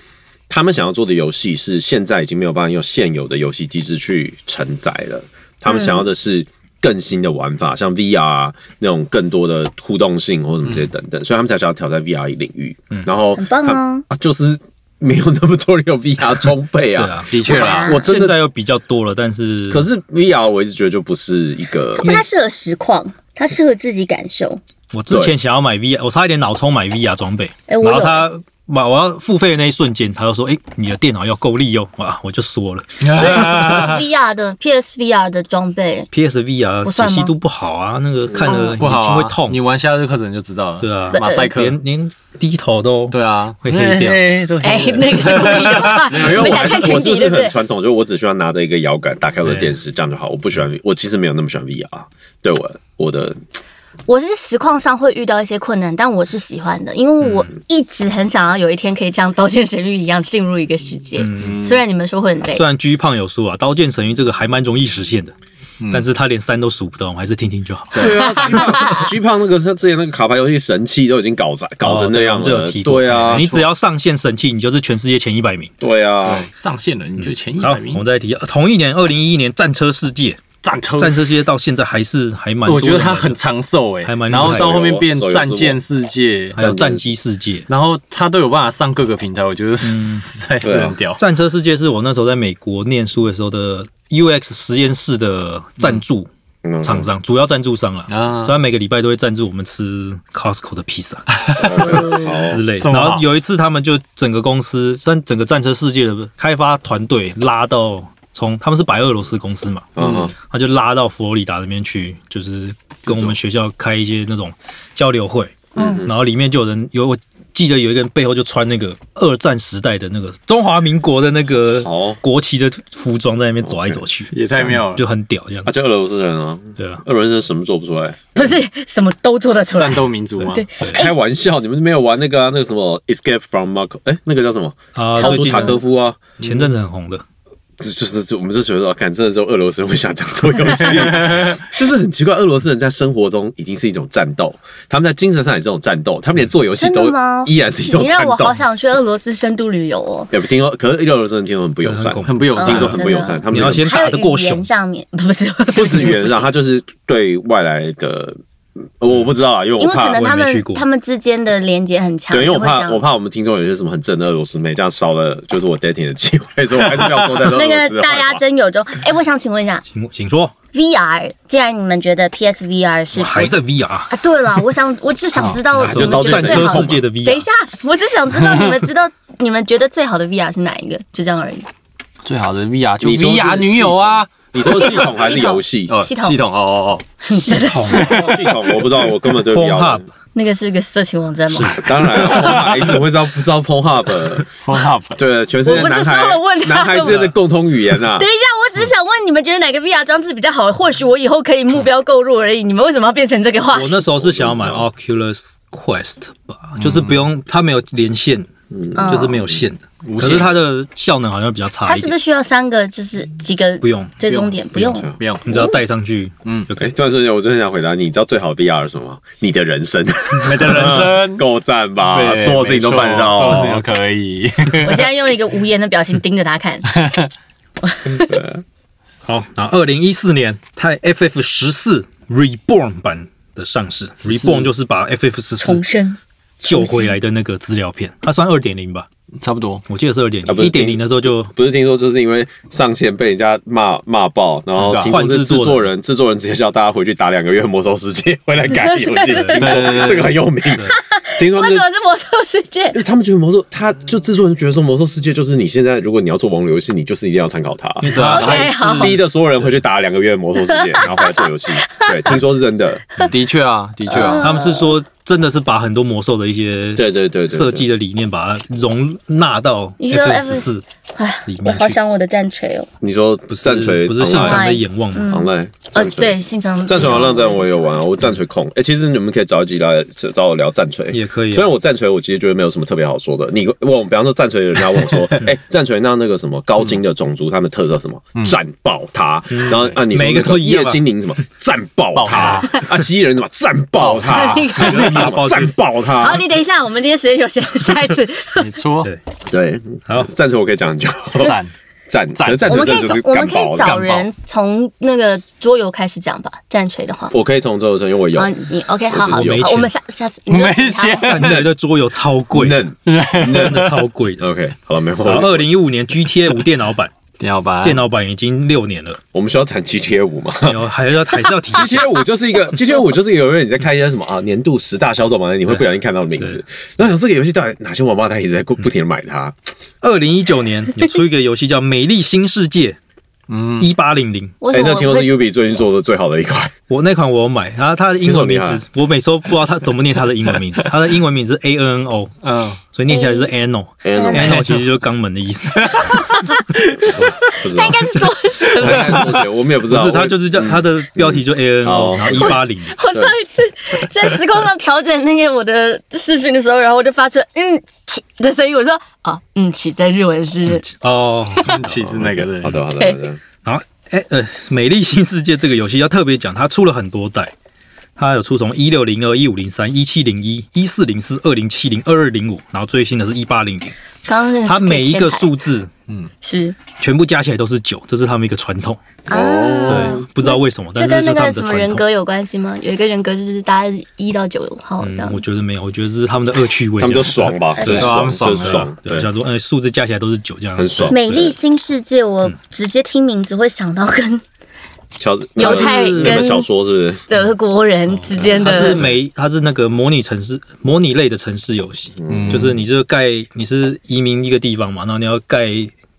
他们想要做的游戏是现在已经没有办法用现有的游戏机制去承载了，他们想嗯要的是更新的玩法，像 VR 啊那种更多的互动性或者什么这些等等，所以他们才想要挑战 VR 领域。然后嗯很棒他啊！啊，就是没有那么多人有 VR 装备对啊啊。的确啦，我真现在的，又比较多了，但是可是 VR 我一直觉得就不是一个，不过它适合实况，它适合自己 感受。我之前想要买 VR，我差一点脑充买 VR 装备，哎我有然后他买我要付费的那一瞬间，他就说：“哎、你的电脑要够力哦！”哇，我就缩了。对啊 VR 的 PSVR 的装备， PSVR 不解算吗哦析度不好啊，那个看着眼不好睛会啊，痛，你玩夏日课程就知道了。对啊马赛克，连连低头都对啊，会黑掉哎，都哎黑掉，那个是故意的 吧？因为你们想我看陈就迪是对不很对？传统，就我只需要拿着一个摇杆打开我的电视，这样就好。我不喜欢，我其实没有那么喜欢 VR。对我我的我是实况上会遇到一些困难，但我是喜欢的，因为我嗯一直很想要有一天可以像《刀剑神域》一样进入一个世界。嗯虽然你们说会很累虽，然 G 胖有输啊，《刀剑神域》这个还蛮容易实现的，嗯但是他连三都数不到，我们还是听听就好。对啊，G 胖那个他之前那个卡牌游戏神器都已经搞砸搞成那样哦对我们就了有提，过对啊你，只要上线神器，你就是全世界前一百名。对啊，上线了，你就前一好，百我名们再提呃同一年，二零一一年《战车世界》，战车《战车世界》到现在还是还蛮多人玩的，我觉得它很长寿哎、还蛮厉害然的后到后面变手游战舰世界，还有《战机世界》。然后它都有办法上各个平台，我觉得嗯实在是很屌。哦战车世界是我那时候在美国念书的时候的 UX 实验室的赞助嗯厂商，主要赞助商啦。啊所以他每个礼拜都会赞助我们吃 Costco 的披萨好之类。哦这么好然后有一次，他们就整个公司，但整个战车世界的开发团队拉到从他们是白俄罗斯公司嘛，嗯他就拉到佛罗里达那边去，就是跟我们学校开一些那种交流会，嗯，然后里面就有人有我记得有一个人背后就穿那个二战时代的那个中华民国的那个好国旗的服装，在那边走来走去，也太妙了就很屌这样啊，，就俄罗斯人啊，对啊。俄罗斯人什么做不出来？ 不是什么都做得出来战。斗民族啊嘛，开玩笑，你们没有玩那个啊，那个什么 Escape from Marco，哎、那个叫什么？啊，逃最出近塔科夫啊，前阵子很红的，就就是就我们就觉得说，哦看真的就俄罗斯人会想这样做游戏， 就是很奇怪。俄罗斯人在生活中已经是一种战斗，他们在精神上也是一种战斗，他们连做游戏真都的吗？依然是一种你战让我斗好。想去俄罗斯深度旅游哦。也不听说，可是俄罗斯人听说很不友善很，恐怖很不友善听。说很不友善，啊真的他们你是要很先还打有得过语熊言，上面不是不不止是原上，他就是对外来的，我我不知道啊，因为因我为可怕能他我也没去们过他们之间的连接很强，对，因为我就会这怕样我怕我们听众有些什么很正的俄罗斯妹，这样烧了就是我 dating 的机会，所以我还是不要说在俄罗斯 那的坏话。个大家真有中。哎，我想请问一下请请说， ，VR，既然你们觉得 PSVR 是我还在 VR 啊，对了，我想我就想知道啊那就你们刀觉得战剑最车好的。世界的啊等一 VR，下，我就想知道你们 知道你们觉得最好的 VR 是哪一个？就这样而已。最好的 VR 就你说是 VR 女友啊，你说系统还是游戏？哦，系统系统哦哦哦，系统系统我不知道，我根本对 h o 不 m e 了 Hub。那个是个色情网站吗？ 当 然了，你怎么会知道不知道 p o n Hub？风 hub 对，全世界我不是男孩说了问他男孩之间的共同语言啊 等。一下，我只是想问你们觉得哪个 VR 装置比较好？或许我以后可以目标购入而已。你们为什么要变成这个话我题？那时候是想要买 Oculus Quest 吧，就是不用它没有连线，嗯就是没有线的。可线是它的效能好像比较差它啊一是不是点，需要三个就是几个不用追踪点？不用，不用，你只要带上去，嗯，就可哎、以。突然瞬间，我真的想回答你，你知道最好的 VR 是什么 吗？你的人生，你的人 生够赞啊吧？ 对所有事情都办得到、没错所有事情都哦。可以。我现在用一个无言的表情盯着 他看。好，然后二零一四年，它 FF 十四 Reborn 版的上市，Reborn 就是把 FF 十四生，救回来的那个资料片，它算二点零吧， 差不多，我记得是二点啊不零，是一点零的时候就不是听说就是因为上线被人家骂骂爆，然后对啊听说是换制制作人作人，制作人直接叫大家回去打两个月《魔兽世界》，回来改游戏。 对对听说对对对这个很有名。听说为那什么是魔兽世界因？为他们觉得魔兽，他就制作人觉得说魔兽世界就是你现在如果你要做网络游戏，你就是一定要参考它。对啊 OK，然后好逼着所有人回去打两个月魔兽世界，然后回来做游戏。对，听说是真的。的确啊，的确啊，他们是说真的是把很多魔兽的一些对对对对对设计的理念把它容纳到你说 F 十四哎里，我面好去，想我的战锤哦。你说战锤不是信 online 长的眼望吗？ online 呃，战锤对，信长战锤王浪战我也有玩，我战锤控。哎、其实你们可以找一集来找我聊战锤，也可以啊虽然我战锤，我其实觉得没有什么特别好说的。你问，比方说战锤，人家问我说，哎、战锤那那个什么高精的种族，他们特色是什么？战爆它。然后啊，你说每一个那都一样夜吧精灵什么？战爆它。啊，蜥蜴人什么？战爆它。那个人打爆战爆好，它。你等一下，我们今天时间有限，下一 次你说对对，好战锤我可以讲很久。 赞，战战可是战锤我们可真的以就是从我干们可以爆找的。人从那个桌游开始讲吧，战锤的话。我可以从周游因为我有啊，你 OK，好好，我好自己有我们下下次你就啊没请他钱， 站起来的桌游超贵，嫩真的超贵 的。 OK，好了，没有。然后二零一五年 GTA 五电脑版，电脑啊版，电脑版已经六年了，我们需要谈 GTA 五吗？然后还要还是要提 G T A 五就是一个 G T A 五就是有人你在看一些什么啊年度十大销售榜单，你会不小心看到名字，然后想这个游戏到底哪些王八蛋一直在不停的买它？二零一九年有出一个游戏叫《美丽新世 界》，嗯，一八零零，为哎什，么那我听说是会 U B 最近做的最好的一款，我那款我有买，然后它的英文名听说很厉字我每次都不知道它怎么念它的英文名字，它的英文名字是 A N N O，嗯，所以念起来就是 ano。哎 ano 其实就是肛门的意思，不知他道应，该是缩 写吧？我们也不知不道，是它就是叫它的标题就 A N N 哦 O，然后一八零， 我上一次在时空上调整那个我的视讯的时候，然后我就发出嗯起的声音，我说啊嗯起在日文是 哦，其实那个对，好的好的好的，然后哎呃，美丽新世界这个游戏要特别讲，它出了很多代，它有出从一六零二、一五零三、一七零一、一四零四、二零七零、二二零五，然后最新的是一八零零，刚刚那个是它每一可个以切牌数字是全部加起来都是九，这是他们一个传统。啊。对，不知道为什么，但这是跟这那个是他们什的么传人统。格有关系吗？有一个人格就是大家一到九号这样嗯，我。觉得没有，我觉得这是他们的恶趣味他这样。们都爽吧，对就是他爽们爽就是爽，对，对，想说，哎，数字加起来都是九，这样很爽美丽新世界，嗯我直接听名字会想到跟呃乔犹太那本跟小说是不是？德国人之间它的嗯是每它是那个模拟城市、模拟类的城市游戏，就是你是盖你是移民一个地方嘛，然后你要盖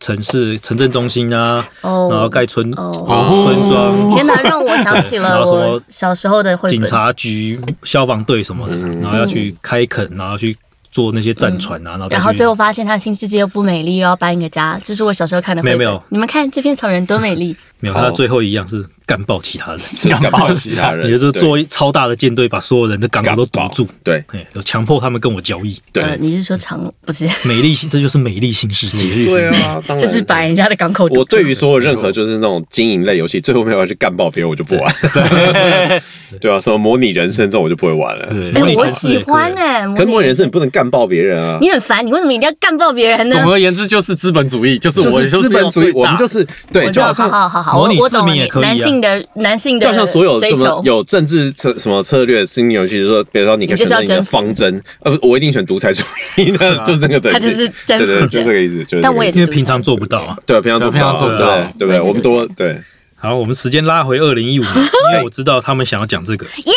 城市、城镇中心啊，哦然后盖村哦村庄、天哪，让我想起了然后什么我小时候的绘警本。察局、消防队什么的，然后要去开垦，然后去做那些战船啊，然后嗯再然后去最后发现他新世界又不美丽，又要搬一个家。这是我小时候看的绘本。没有没有你们看这片草原多美 丽，没有，它最后一样是 干爆其他人。干爆其他人，也就是做一超大的舰队，把所有人的港口都堵住，对哎，有强迫他们跟我交易。对呃，你是说长不 是？美丽新，这就是美丽新世界。对啊，当然就是把人家的港口堵我对于所有任何就是那种经营类游戏，最后没有办法去干爆别人，我就不玩。 对啊，什么模拟人生这种我就不会玩了。对，哎模拟，我城市喜也可以欢哎、可是模拟人人生你不能干爆别人啊。你很烦，你为什么一定要干爆别人呢总？而言之就是资本主义，就是我是资本主义，我们就是对，我知就道，好像好好好好，我模拟我市懂了民你也可以啊男性的男性的就像所有追什么求，有政治策什么策略新游戏，就是说比如说你可以选择你的方针，呃，不我一定选独裁主义的，就是那个等级，他就是征对服对，者就这个意思。就是这个意思但我也因为平常做不到啊。对平常做不到，对平常做不对到对不我也对？是我们多对好，我们时间拉回二零一 五年，因为我知道他们想要讲这个。耶！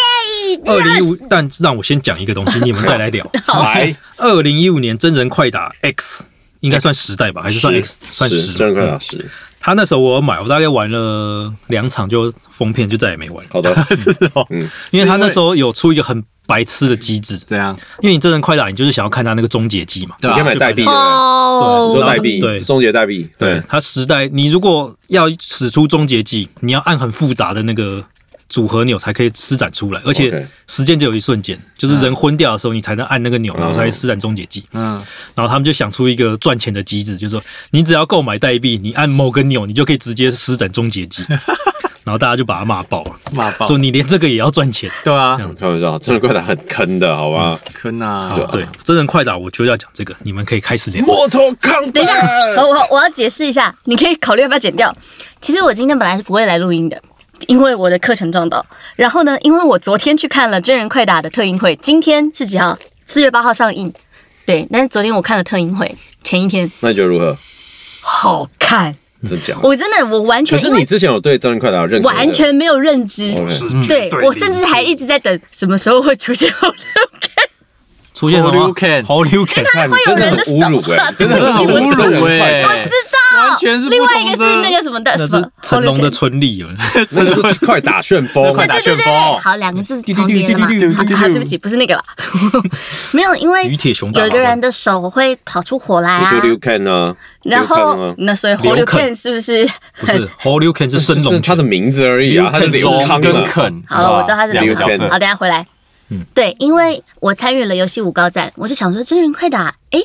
二零一五，但让我先讲一个东西，你们再来 聊。来二零一五年真人快打 X 应该算时代吧，还是算 X 算是时真人快打嗯十，他那时候我有买，我大概玩了两场就封片，就再也没玩了。 好的， 嗯是哦，因为他那时候有出一个很白痴的机制，这样因为你真人快打，你就是想要看他那个终结技嘛。你对吧可以买代币的，哦你对说代币，对终结代币，对对，它时代，你如果要使出终结技，你要按很复杂的那个组合钮才可以施展出来，而且 OK 时间只有一瞬间，就是人昏掉的时候你才能按那个钮，然后才哦会施展终结技。嗯，然后他们就想出一个赚钱的机制，就是说你只要购买代币，你按某个钮，你就可以直接施展终 结技。然后大家就把他骂爆了，骂爆说你连这个也要赚钱。对啊，开玩笑，真人快打很坑的，好吧？坑啊，对，真人快打我就要讲这个，你们可以开始聊。摩托康等一下，我我我要解释一下，你可以考虑要不要剪掉。其实我今天本来是不会来录音的，因为我的课程撞到。然后呢，因为我昨天去看了真人快打的特映会，今天是几号？四月八号上映。对，但是昨天我看了特映会，前一天那你觉得如何？好看，真假？我真的我完全可是你之前有对真人快打有认识完全没有认知 OK 是对我甚至还一直在等什么时候会出现好看。出现什 How you 么 can？好流感，看，你真的很侮辱哎，会有人的手啊真的很侮真的很辱侮辱哎哎，知道，完全是不另外一同个的是那个什么的那什么是成龙的 Holiday 春丽有没有，真的是快打旋风，啊快打旋对对对风对，好，两个字重叠的嘛。丢丢丢丢丢好，丢好对不起，不是那个啦， 没有，因为于铁雄大有法一个人的手会跑出火来你说啊。刘 Ken 呢？然刘 Ken 后呢那所以火刘流肯片是不 是不是好流感是这升龙是他拳的，名字而已啊，他是刘龙康跟啊。肯，好了，我知道他是两两个个角角色。色好，，等一下回来。嗯，对，因为我参与了游戏五高赞，我就想说真人快打，诶，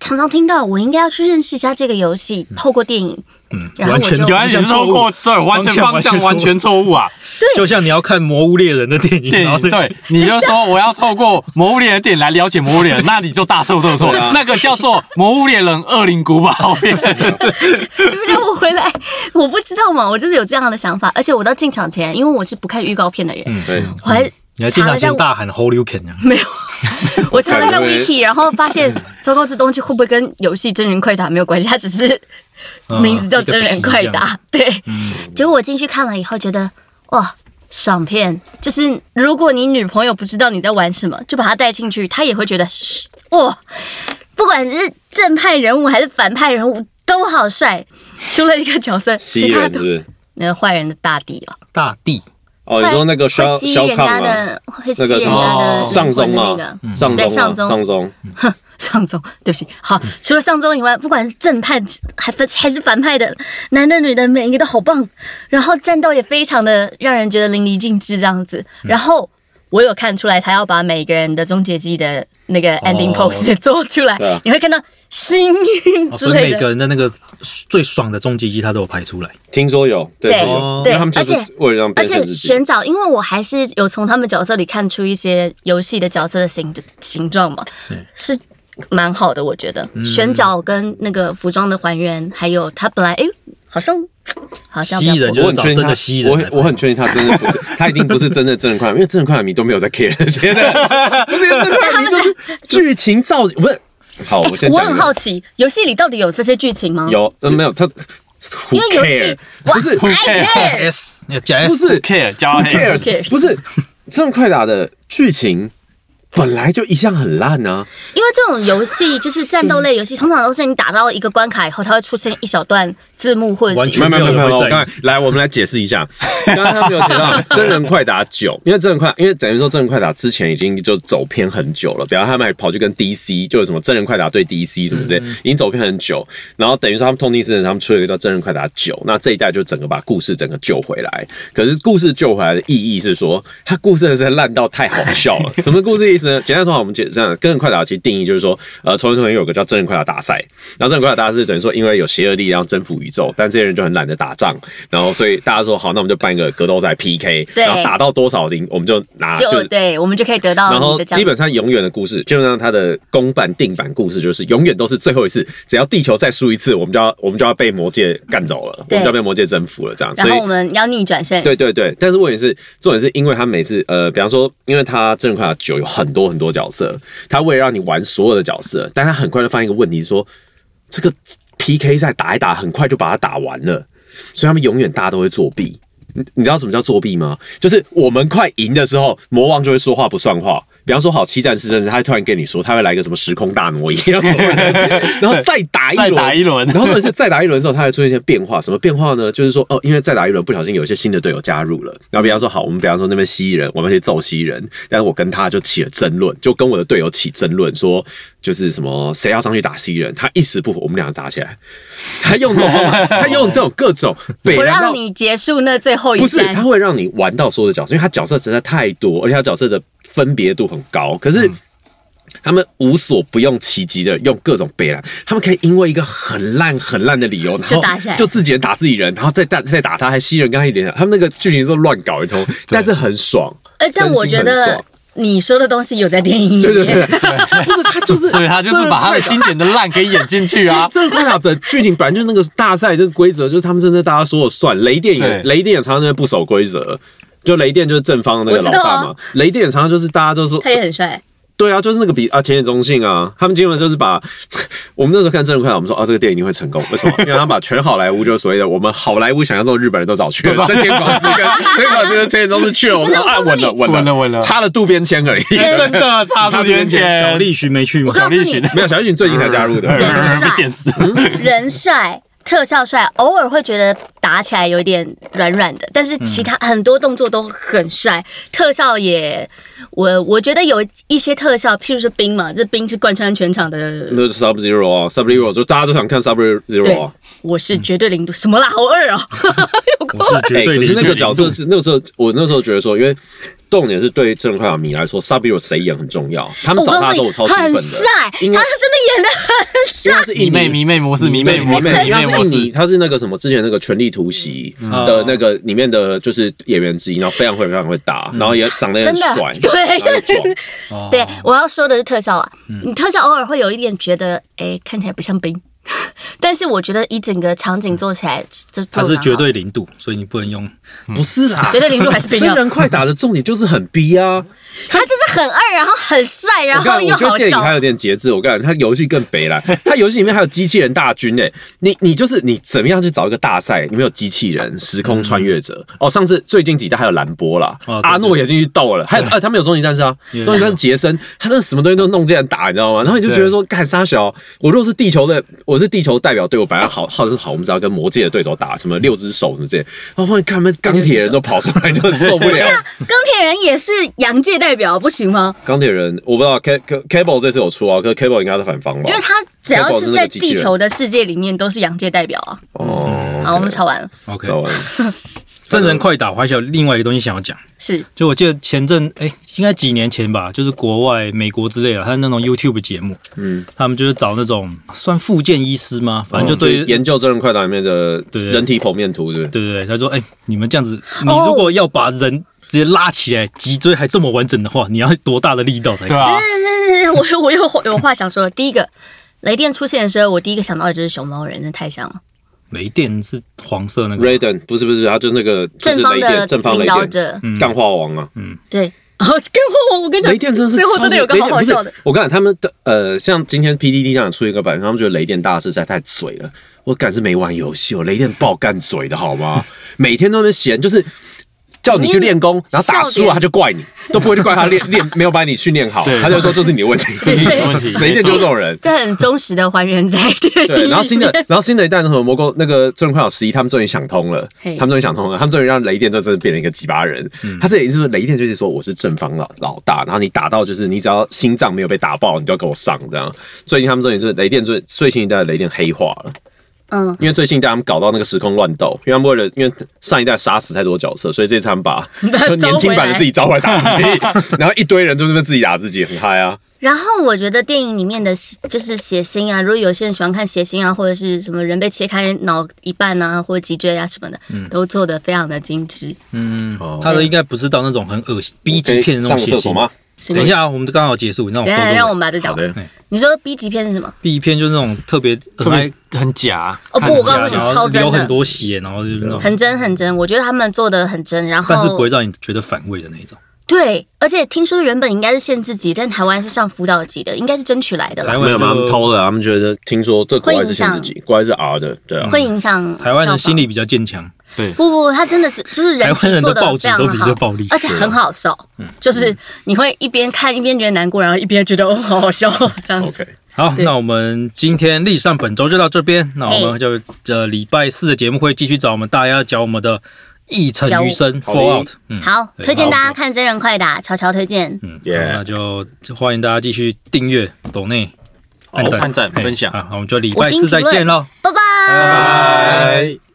常常听到，我应该要去认识一下这个游戏，透过电影。嗯，然后完我全就原来你是透过对完全方向完全错误啊！ 就像你要看《魔物猎人》的电影，电然后影是对，你就说我要透过《魔物猎人》电影来了解《魔物猎人》，那你就大错特错。那个叫做《魔物猎人：恶灵古堡片》，让我回来， 我不知道嘛，我就是有这样的想法，而且我到进场前，因为我是不看预告片的人，对，我还嗯你要经查常了一下先大喊 “Holy Can” 这样没有，我查了一下我以为 wiki，然后发嗯现，糟糕，这东西会不会跟游戏真人快打没有关系？它只是嗯名字叫真人快一嗯个皮这打，对。结果我进去看了以后，觉得哇，爽片！就是如果你女朋友不知道你在玩什么，就把她带进去，她也会觉得嘘哇，不管是正派人物还是反派人物都好帅，除了一个角色，蜥其蜴他人是都不是？那个坏人的大地哦，大地哦，你说那个会肖吸肖人康家啊，的，会吸那个人什家么哦的上灵魂宗的那个啊。，上对宗啊，上宗上宗， 上宗，对不起，好，嗯除了上宗以外，不管是正派还分还是反派的，男的女的，每一个都好棒，然后战斗也非常的让人觉得淋漓尽致这样子。嗯然后我有看出来，他要把每个人的终结技的那个 ending pose 做出来，哦对啊你会看到心哦，之所以类每个的。人的那个最爽的终极技，他都有排出来。听说有，对，对听说有因对为他们就而是且为了让而变成且自己，选角，因为我还是有从他们角色里看出一些游戏的角色的形形状嘛，是蛮好的，我觉得、嗯选角跟那个服装的还原，还有他本来哎、好像好像比较蜥蜴人不就我很是找确定真他的蜥蜴我人来很拍。我很确定他真的不是，他一定不是真的真人快乐，因为真人快乐迷都没有在 care 这些的，不是真人 快乐迷就是剧情造型，不是。好，我先我讲一很个好奇，游戏里到底有这些剧情吗？，有，呃，没有他，因因为游戏我不是 I care， S 要加 S，不是 care 加 who care， cares？ cares，不是这种快打的剧情本来就一向很烂啊，因为这种游戏就是战斗类游戏，通常都是你打到一个关卡以后，它会出现一小段字幕或者完是全没有没有没有没有，没有我刚才来，我们来解释一下，刚刚他们有提到真人快打九，因为真人快，因为等于说真人快打之前已经就走偏很久了，比方他们还跑去跟 DC 就有什么真人快打对 DC 什么之类，已经走偏很久，然后等于说他们痛定思痛，他们出了一个叫真人快打九，那这一代就整个把故事整个救回来，可是故事救回来的意义是说，他故事真的是烂到太好笑 了，什么故事意思呢？简单说好，我们解释啊，真人快打其实定义就是说，呃，从前从前有个叫真人快打大赛，然后真人快打大赛是等于说因为有邪恶力量征服宇宙，但这些人就很懒得打仗，然后所以大家说好，那我们就办一个格斗赛 PK，对然后打到多少赢我们就拿就就。对，我们就可以得到然你后的奖基。本上永远的故事，基本上它的公版定版故事就是永远都是最后一次，只要地球再输一次，我们就要我们就要被魔界干走了，我对们就要被魔界征服了，这样。然所以后我们要逆转胜，对对对，但是问题是，重点是因为他每次呃，比方说，因为他《真人快打九》有很多很多角色，他为了让你玩所有的角色，但他很快就发现一个问题说这个 PK 赛打一打，很快就把它打完了，所以他们永远大家都会作弊。你你知道什么叫作弊吗？就是我们快赢的时候，魔王就会说话不算话。比方说，好七战四胜时，他会突然跟你说，他会来一个什么时空大挪 移，然后然后再打一轮，再打一轮然后或者是再打一轮之后，它会出现一些变化。什么变化呢？就是说，哦，因为再打一轮不小心有一些新的队友加入了。然后比方说，好，我们比方说那边蜥蜴人，我们去揍蜥蜴人，但是我跟他就起了争论，就跟我的队友起争论，说就是什么谁要上去打西人，他一时不服，我们俩打起来。他用这种方 法，他用这种各种北我南到让你结束那最后一不是，站他。会让你玩到所有的角色，因为他角色实在太多，而且他角色的分别度很高。可嗯是他们无所不用其极的用各种北兰，他们可以因为一个很烂很烂的理由，然后就打起来就自己人打自己人，然后再打再打他，还吸人跟他一点，他们那个剧情是乱搞一通，但是很爽。哎，但我觉真心很得爽你说的东西有在电影里面。对对对，对 不是他就是，。所以他就是把他的经典的烂给演进去啊这个快打的剧情本来就是那个大赛这个规则，就是他们真的大家说了算。雷电也对雷电也常常在那不守规则，就雷电就是正方的那个老大我知道啊嘛。雷电也常常就是大家就说 他也很帅，对啊，就是那个比啊浅野忠信啊，他们基本就是把我们那时候看《真人快打》，我们说啊这个电影一定会成功，为什么？因为他把全好莱坞就是所谓的我们好莱坞想象中的日本人都找去了，真田广 志跟真田广志跟浅野忠信去了，我们说不啊是我告诉稳你了稳了稳了稳了差了渡边谦而已。真的差他出这边圈前小钱，栗旬没去吗我？告诉你，没哎有小一群最近才加入的，人帅被电死。嗯人帅。特效帅，偶尔会觉得打起来有点软软的，但是其他很多动作都很帅。特效也，我我觉得有一些特效，譬如说冰嘛，这冰是贯穿全场的， 那 Sub Zero 啊，Sub Zero 就大家都想看 Sub 对 Zero 啊。我是绝对零度。什么啦，好二哦，有够我是绝哎，对可零是那个角色是那个时候，我那时候觉得说，因为重点是对《真人快打》迷来说，Sub Zero 谁演很重要。他们哦我找他告的时候，诉我超兴你，奋他很的。帅，他真因的为演的很因为帅他。是迷印妹迷尼。妹模式，迷妹模迷式，妹，嗯迷因为妹他模是印式尼，。他是那个什么之前那个《权力突袭》的那个里面的就是演员之一，然后非常会非常会打，然后也长得也很真的帅，对然后很壮 哦哦对，我要说的是特效啊，嗯你特效偶尔会有一点觉得，哎，看起来不像冰， 但是我觉得以整个场景做起来，这做他得是蛮绝好的对零度，所以你不能用。不是啦，绝对零度还是冰真啊。人快打的重点就是很逼啊，他就是很二，然后很帅，然我告后诉你又我觉好得电影笑还。有点节制，我告诉你，它游戏更北了。它游戏里面还有机器人大军哎、你你就是你怎么样去找一个大赛？里面有机器人、时空穿越者。嗯哦，上次最近几代还有兰波啦，哦对对阿诺也进去斗了，还有呃，他们有终极战士啊，有终极战士杰森，他真的什么东西都弄进来打，你知道吗？然后你就觉得说，干沙小，哦我若是地球的，我是地球代表队，我本来好好是好，我们只要跟魔界的对手打，什么六只手什么之类的，然后你看他们钢铁人都跑出来，你就受不了。钢铁人也是洋界代表，不行吗？钢铁人我不知道，K K Cable 这次有出啊，可是 Cable 应该是反方吧？因为他只要是 Cable 是在那个机器地人球的世界里面都是洋界代表啊。嗯哦，好，我们吵完了， OK，好玩。真人快打，我还有另外一个东西想要讲。是就我记得前阵哎、应该几年前吧，就是国外美国之类的，他那种 YouTube 节目，嗯，他们就是找那种算复健医师吗？反正就对、哦研究真人快打里面的对人体剖面图，对不对？对对对，他说哎、你们这样子，哦你如果要把人直接拉起来，脊椎还这么完整的话，你要多大的力道才可对以？啊，我有我有有话想说。第一个，雷电出现的时候，我第一个想到的就是熊猫人，真的太像了。雷电是黄色那个 Raiden 不是不是，他就是那个就是正方雷电的正方领雷导电者，嗯干化王啊，对。 然后跟我我跟你讲，雷电真的是最后真的有个超级好好笑的雷电不是。我告诉你，他们的呃，像今天 PDD 上有出一个版，他们觉得雷电大师实在太嘴了。我敢是没玩游戏哦，雷电爆干嘴的好吗？ 每天都在那边闲，就是叫你去练功，然后打输笑了点他就怪你，都不会去怪他练练没有把你训练好，对他就说这是你的问题。 这是你的问题。雷电就是这种人。这很忠实的还原在 对，对 然后新的，然后新的一代的什么魔宫那个真人快打十一，他们终于想通了，嘿他们终于想通了，他们终于让雷电这真的变成一个鸡巴人。他这里就是雷电，就是说我是正方老老大，然后你打到就是你只要心脏没有被打爆，你就要给我上这样。最近他们终于是雷电最最新一代的雷电黑化了，嗯，因为最新一代他们搞到那个时空乱斗，因为他们为了因为上一代杀死太多角色，所以这次他们把就年轻版的自己招回来打自己，然后一堆人就是那边自己打自己，很嗨啊。然后我觉得电影里面的就是血腥啊，如果有些人喜欢看血腥啊，或者是什么人被切开脑一半啊，或者脊椎啊什么的，都做的非常的精致。哦他的应该不是到那种很恶心 B 级片那上种个血厕所腥。吗？等一下、啊，我们刚好结束，你让我等说一下说。让我们把这讲好完。的，你说 B 级片是什么？ B 片就是那种特别特很爱啊别很假。哦不我告诉看你起来然超后真的流很多血，然后就是那种，很真很真，我觉得他们做的很真。然后但是不会让你觉得反胃的那种。哦对，而且听说原本应该是限制级，但台湾是上辅导级的，应该是争取来的台啦，没湾有，就他们偷的，他们觉得听说这国外是限制级，国外是 R 的，对啊。会影响台票湾人房心。理比较坚强，对，不不，他真的只就是人台湾体人做的的报非纸常都的比好较，暴力。啊嗯而且很好笑，就是你会一边看一边觉得难过，然后一边觉得哦好好 笑这样子。 OK，好，对那我们今天历史上本周就到这边，那我们就这礼拜四的节目会继续找我们大家要讲我们的《一城余生》好的 Fallout。嗯，好，对推荐好大家看真人快打，乔乔推荐。嗯， Yeah 那就欢迎大家继续订阅、抖内、按赞按赞嘿分享好，那我们就礼五拜星四评再论见喽。拜拜。拜。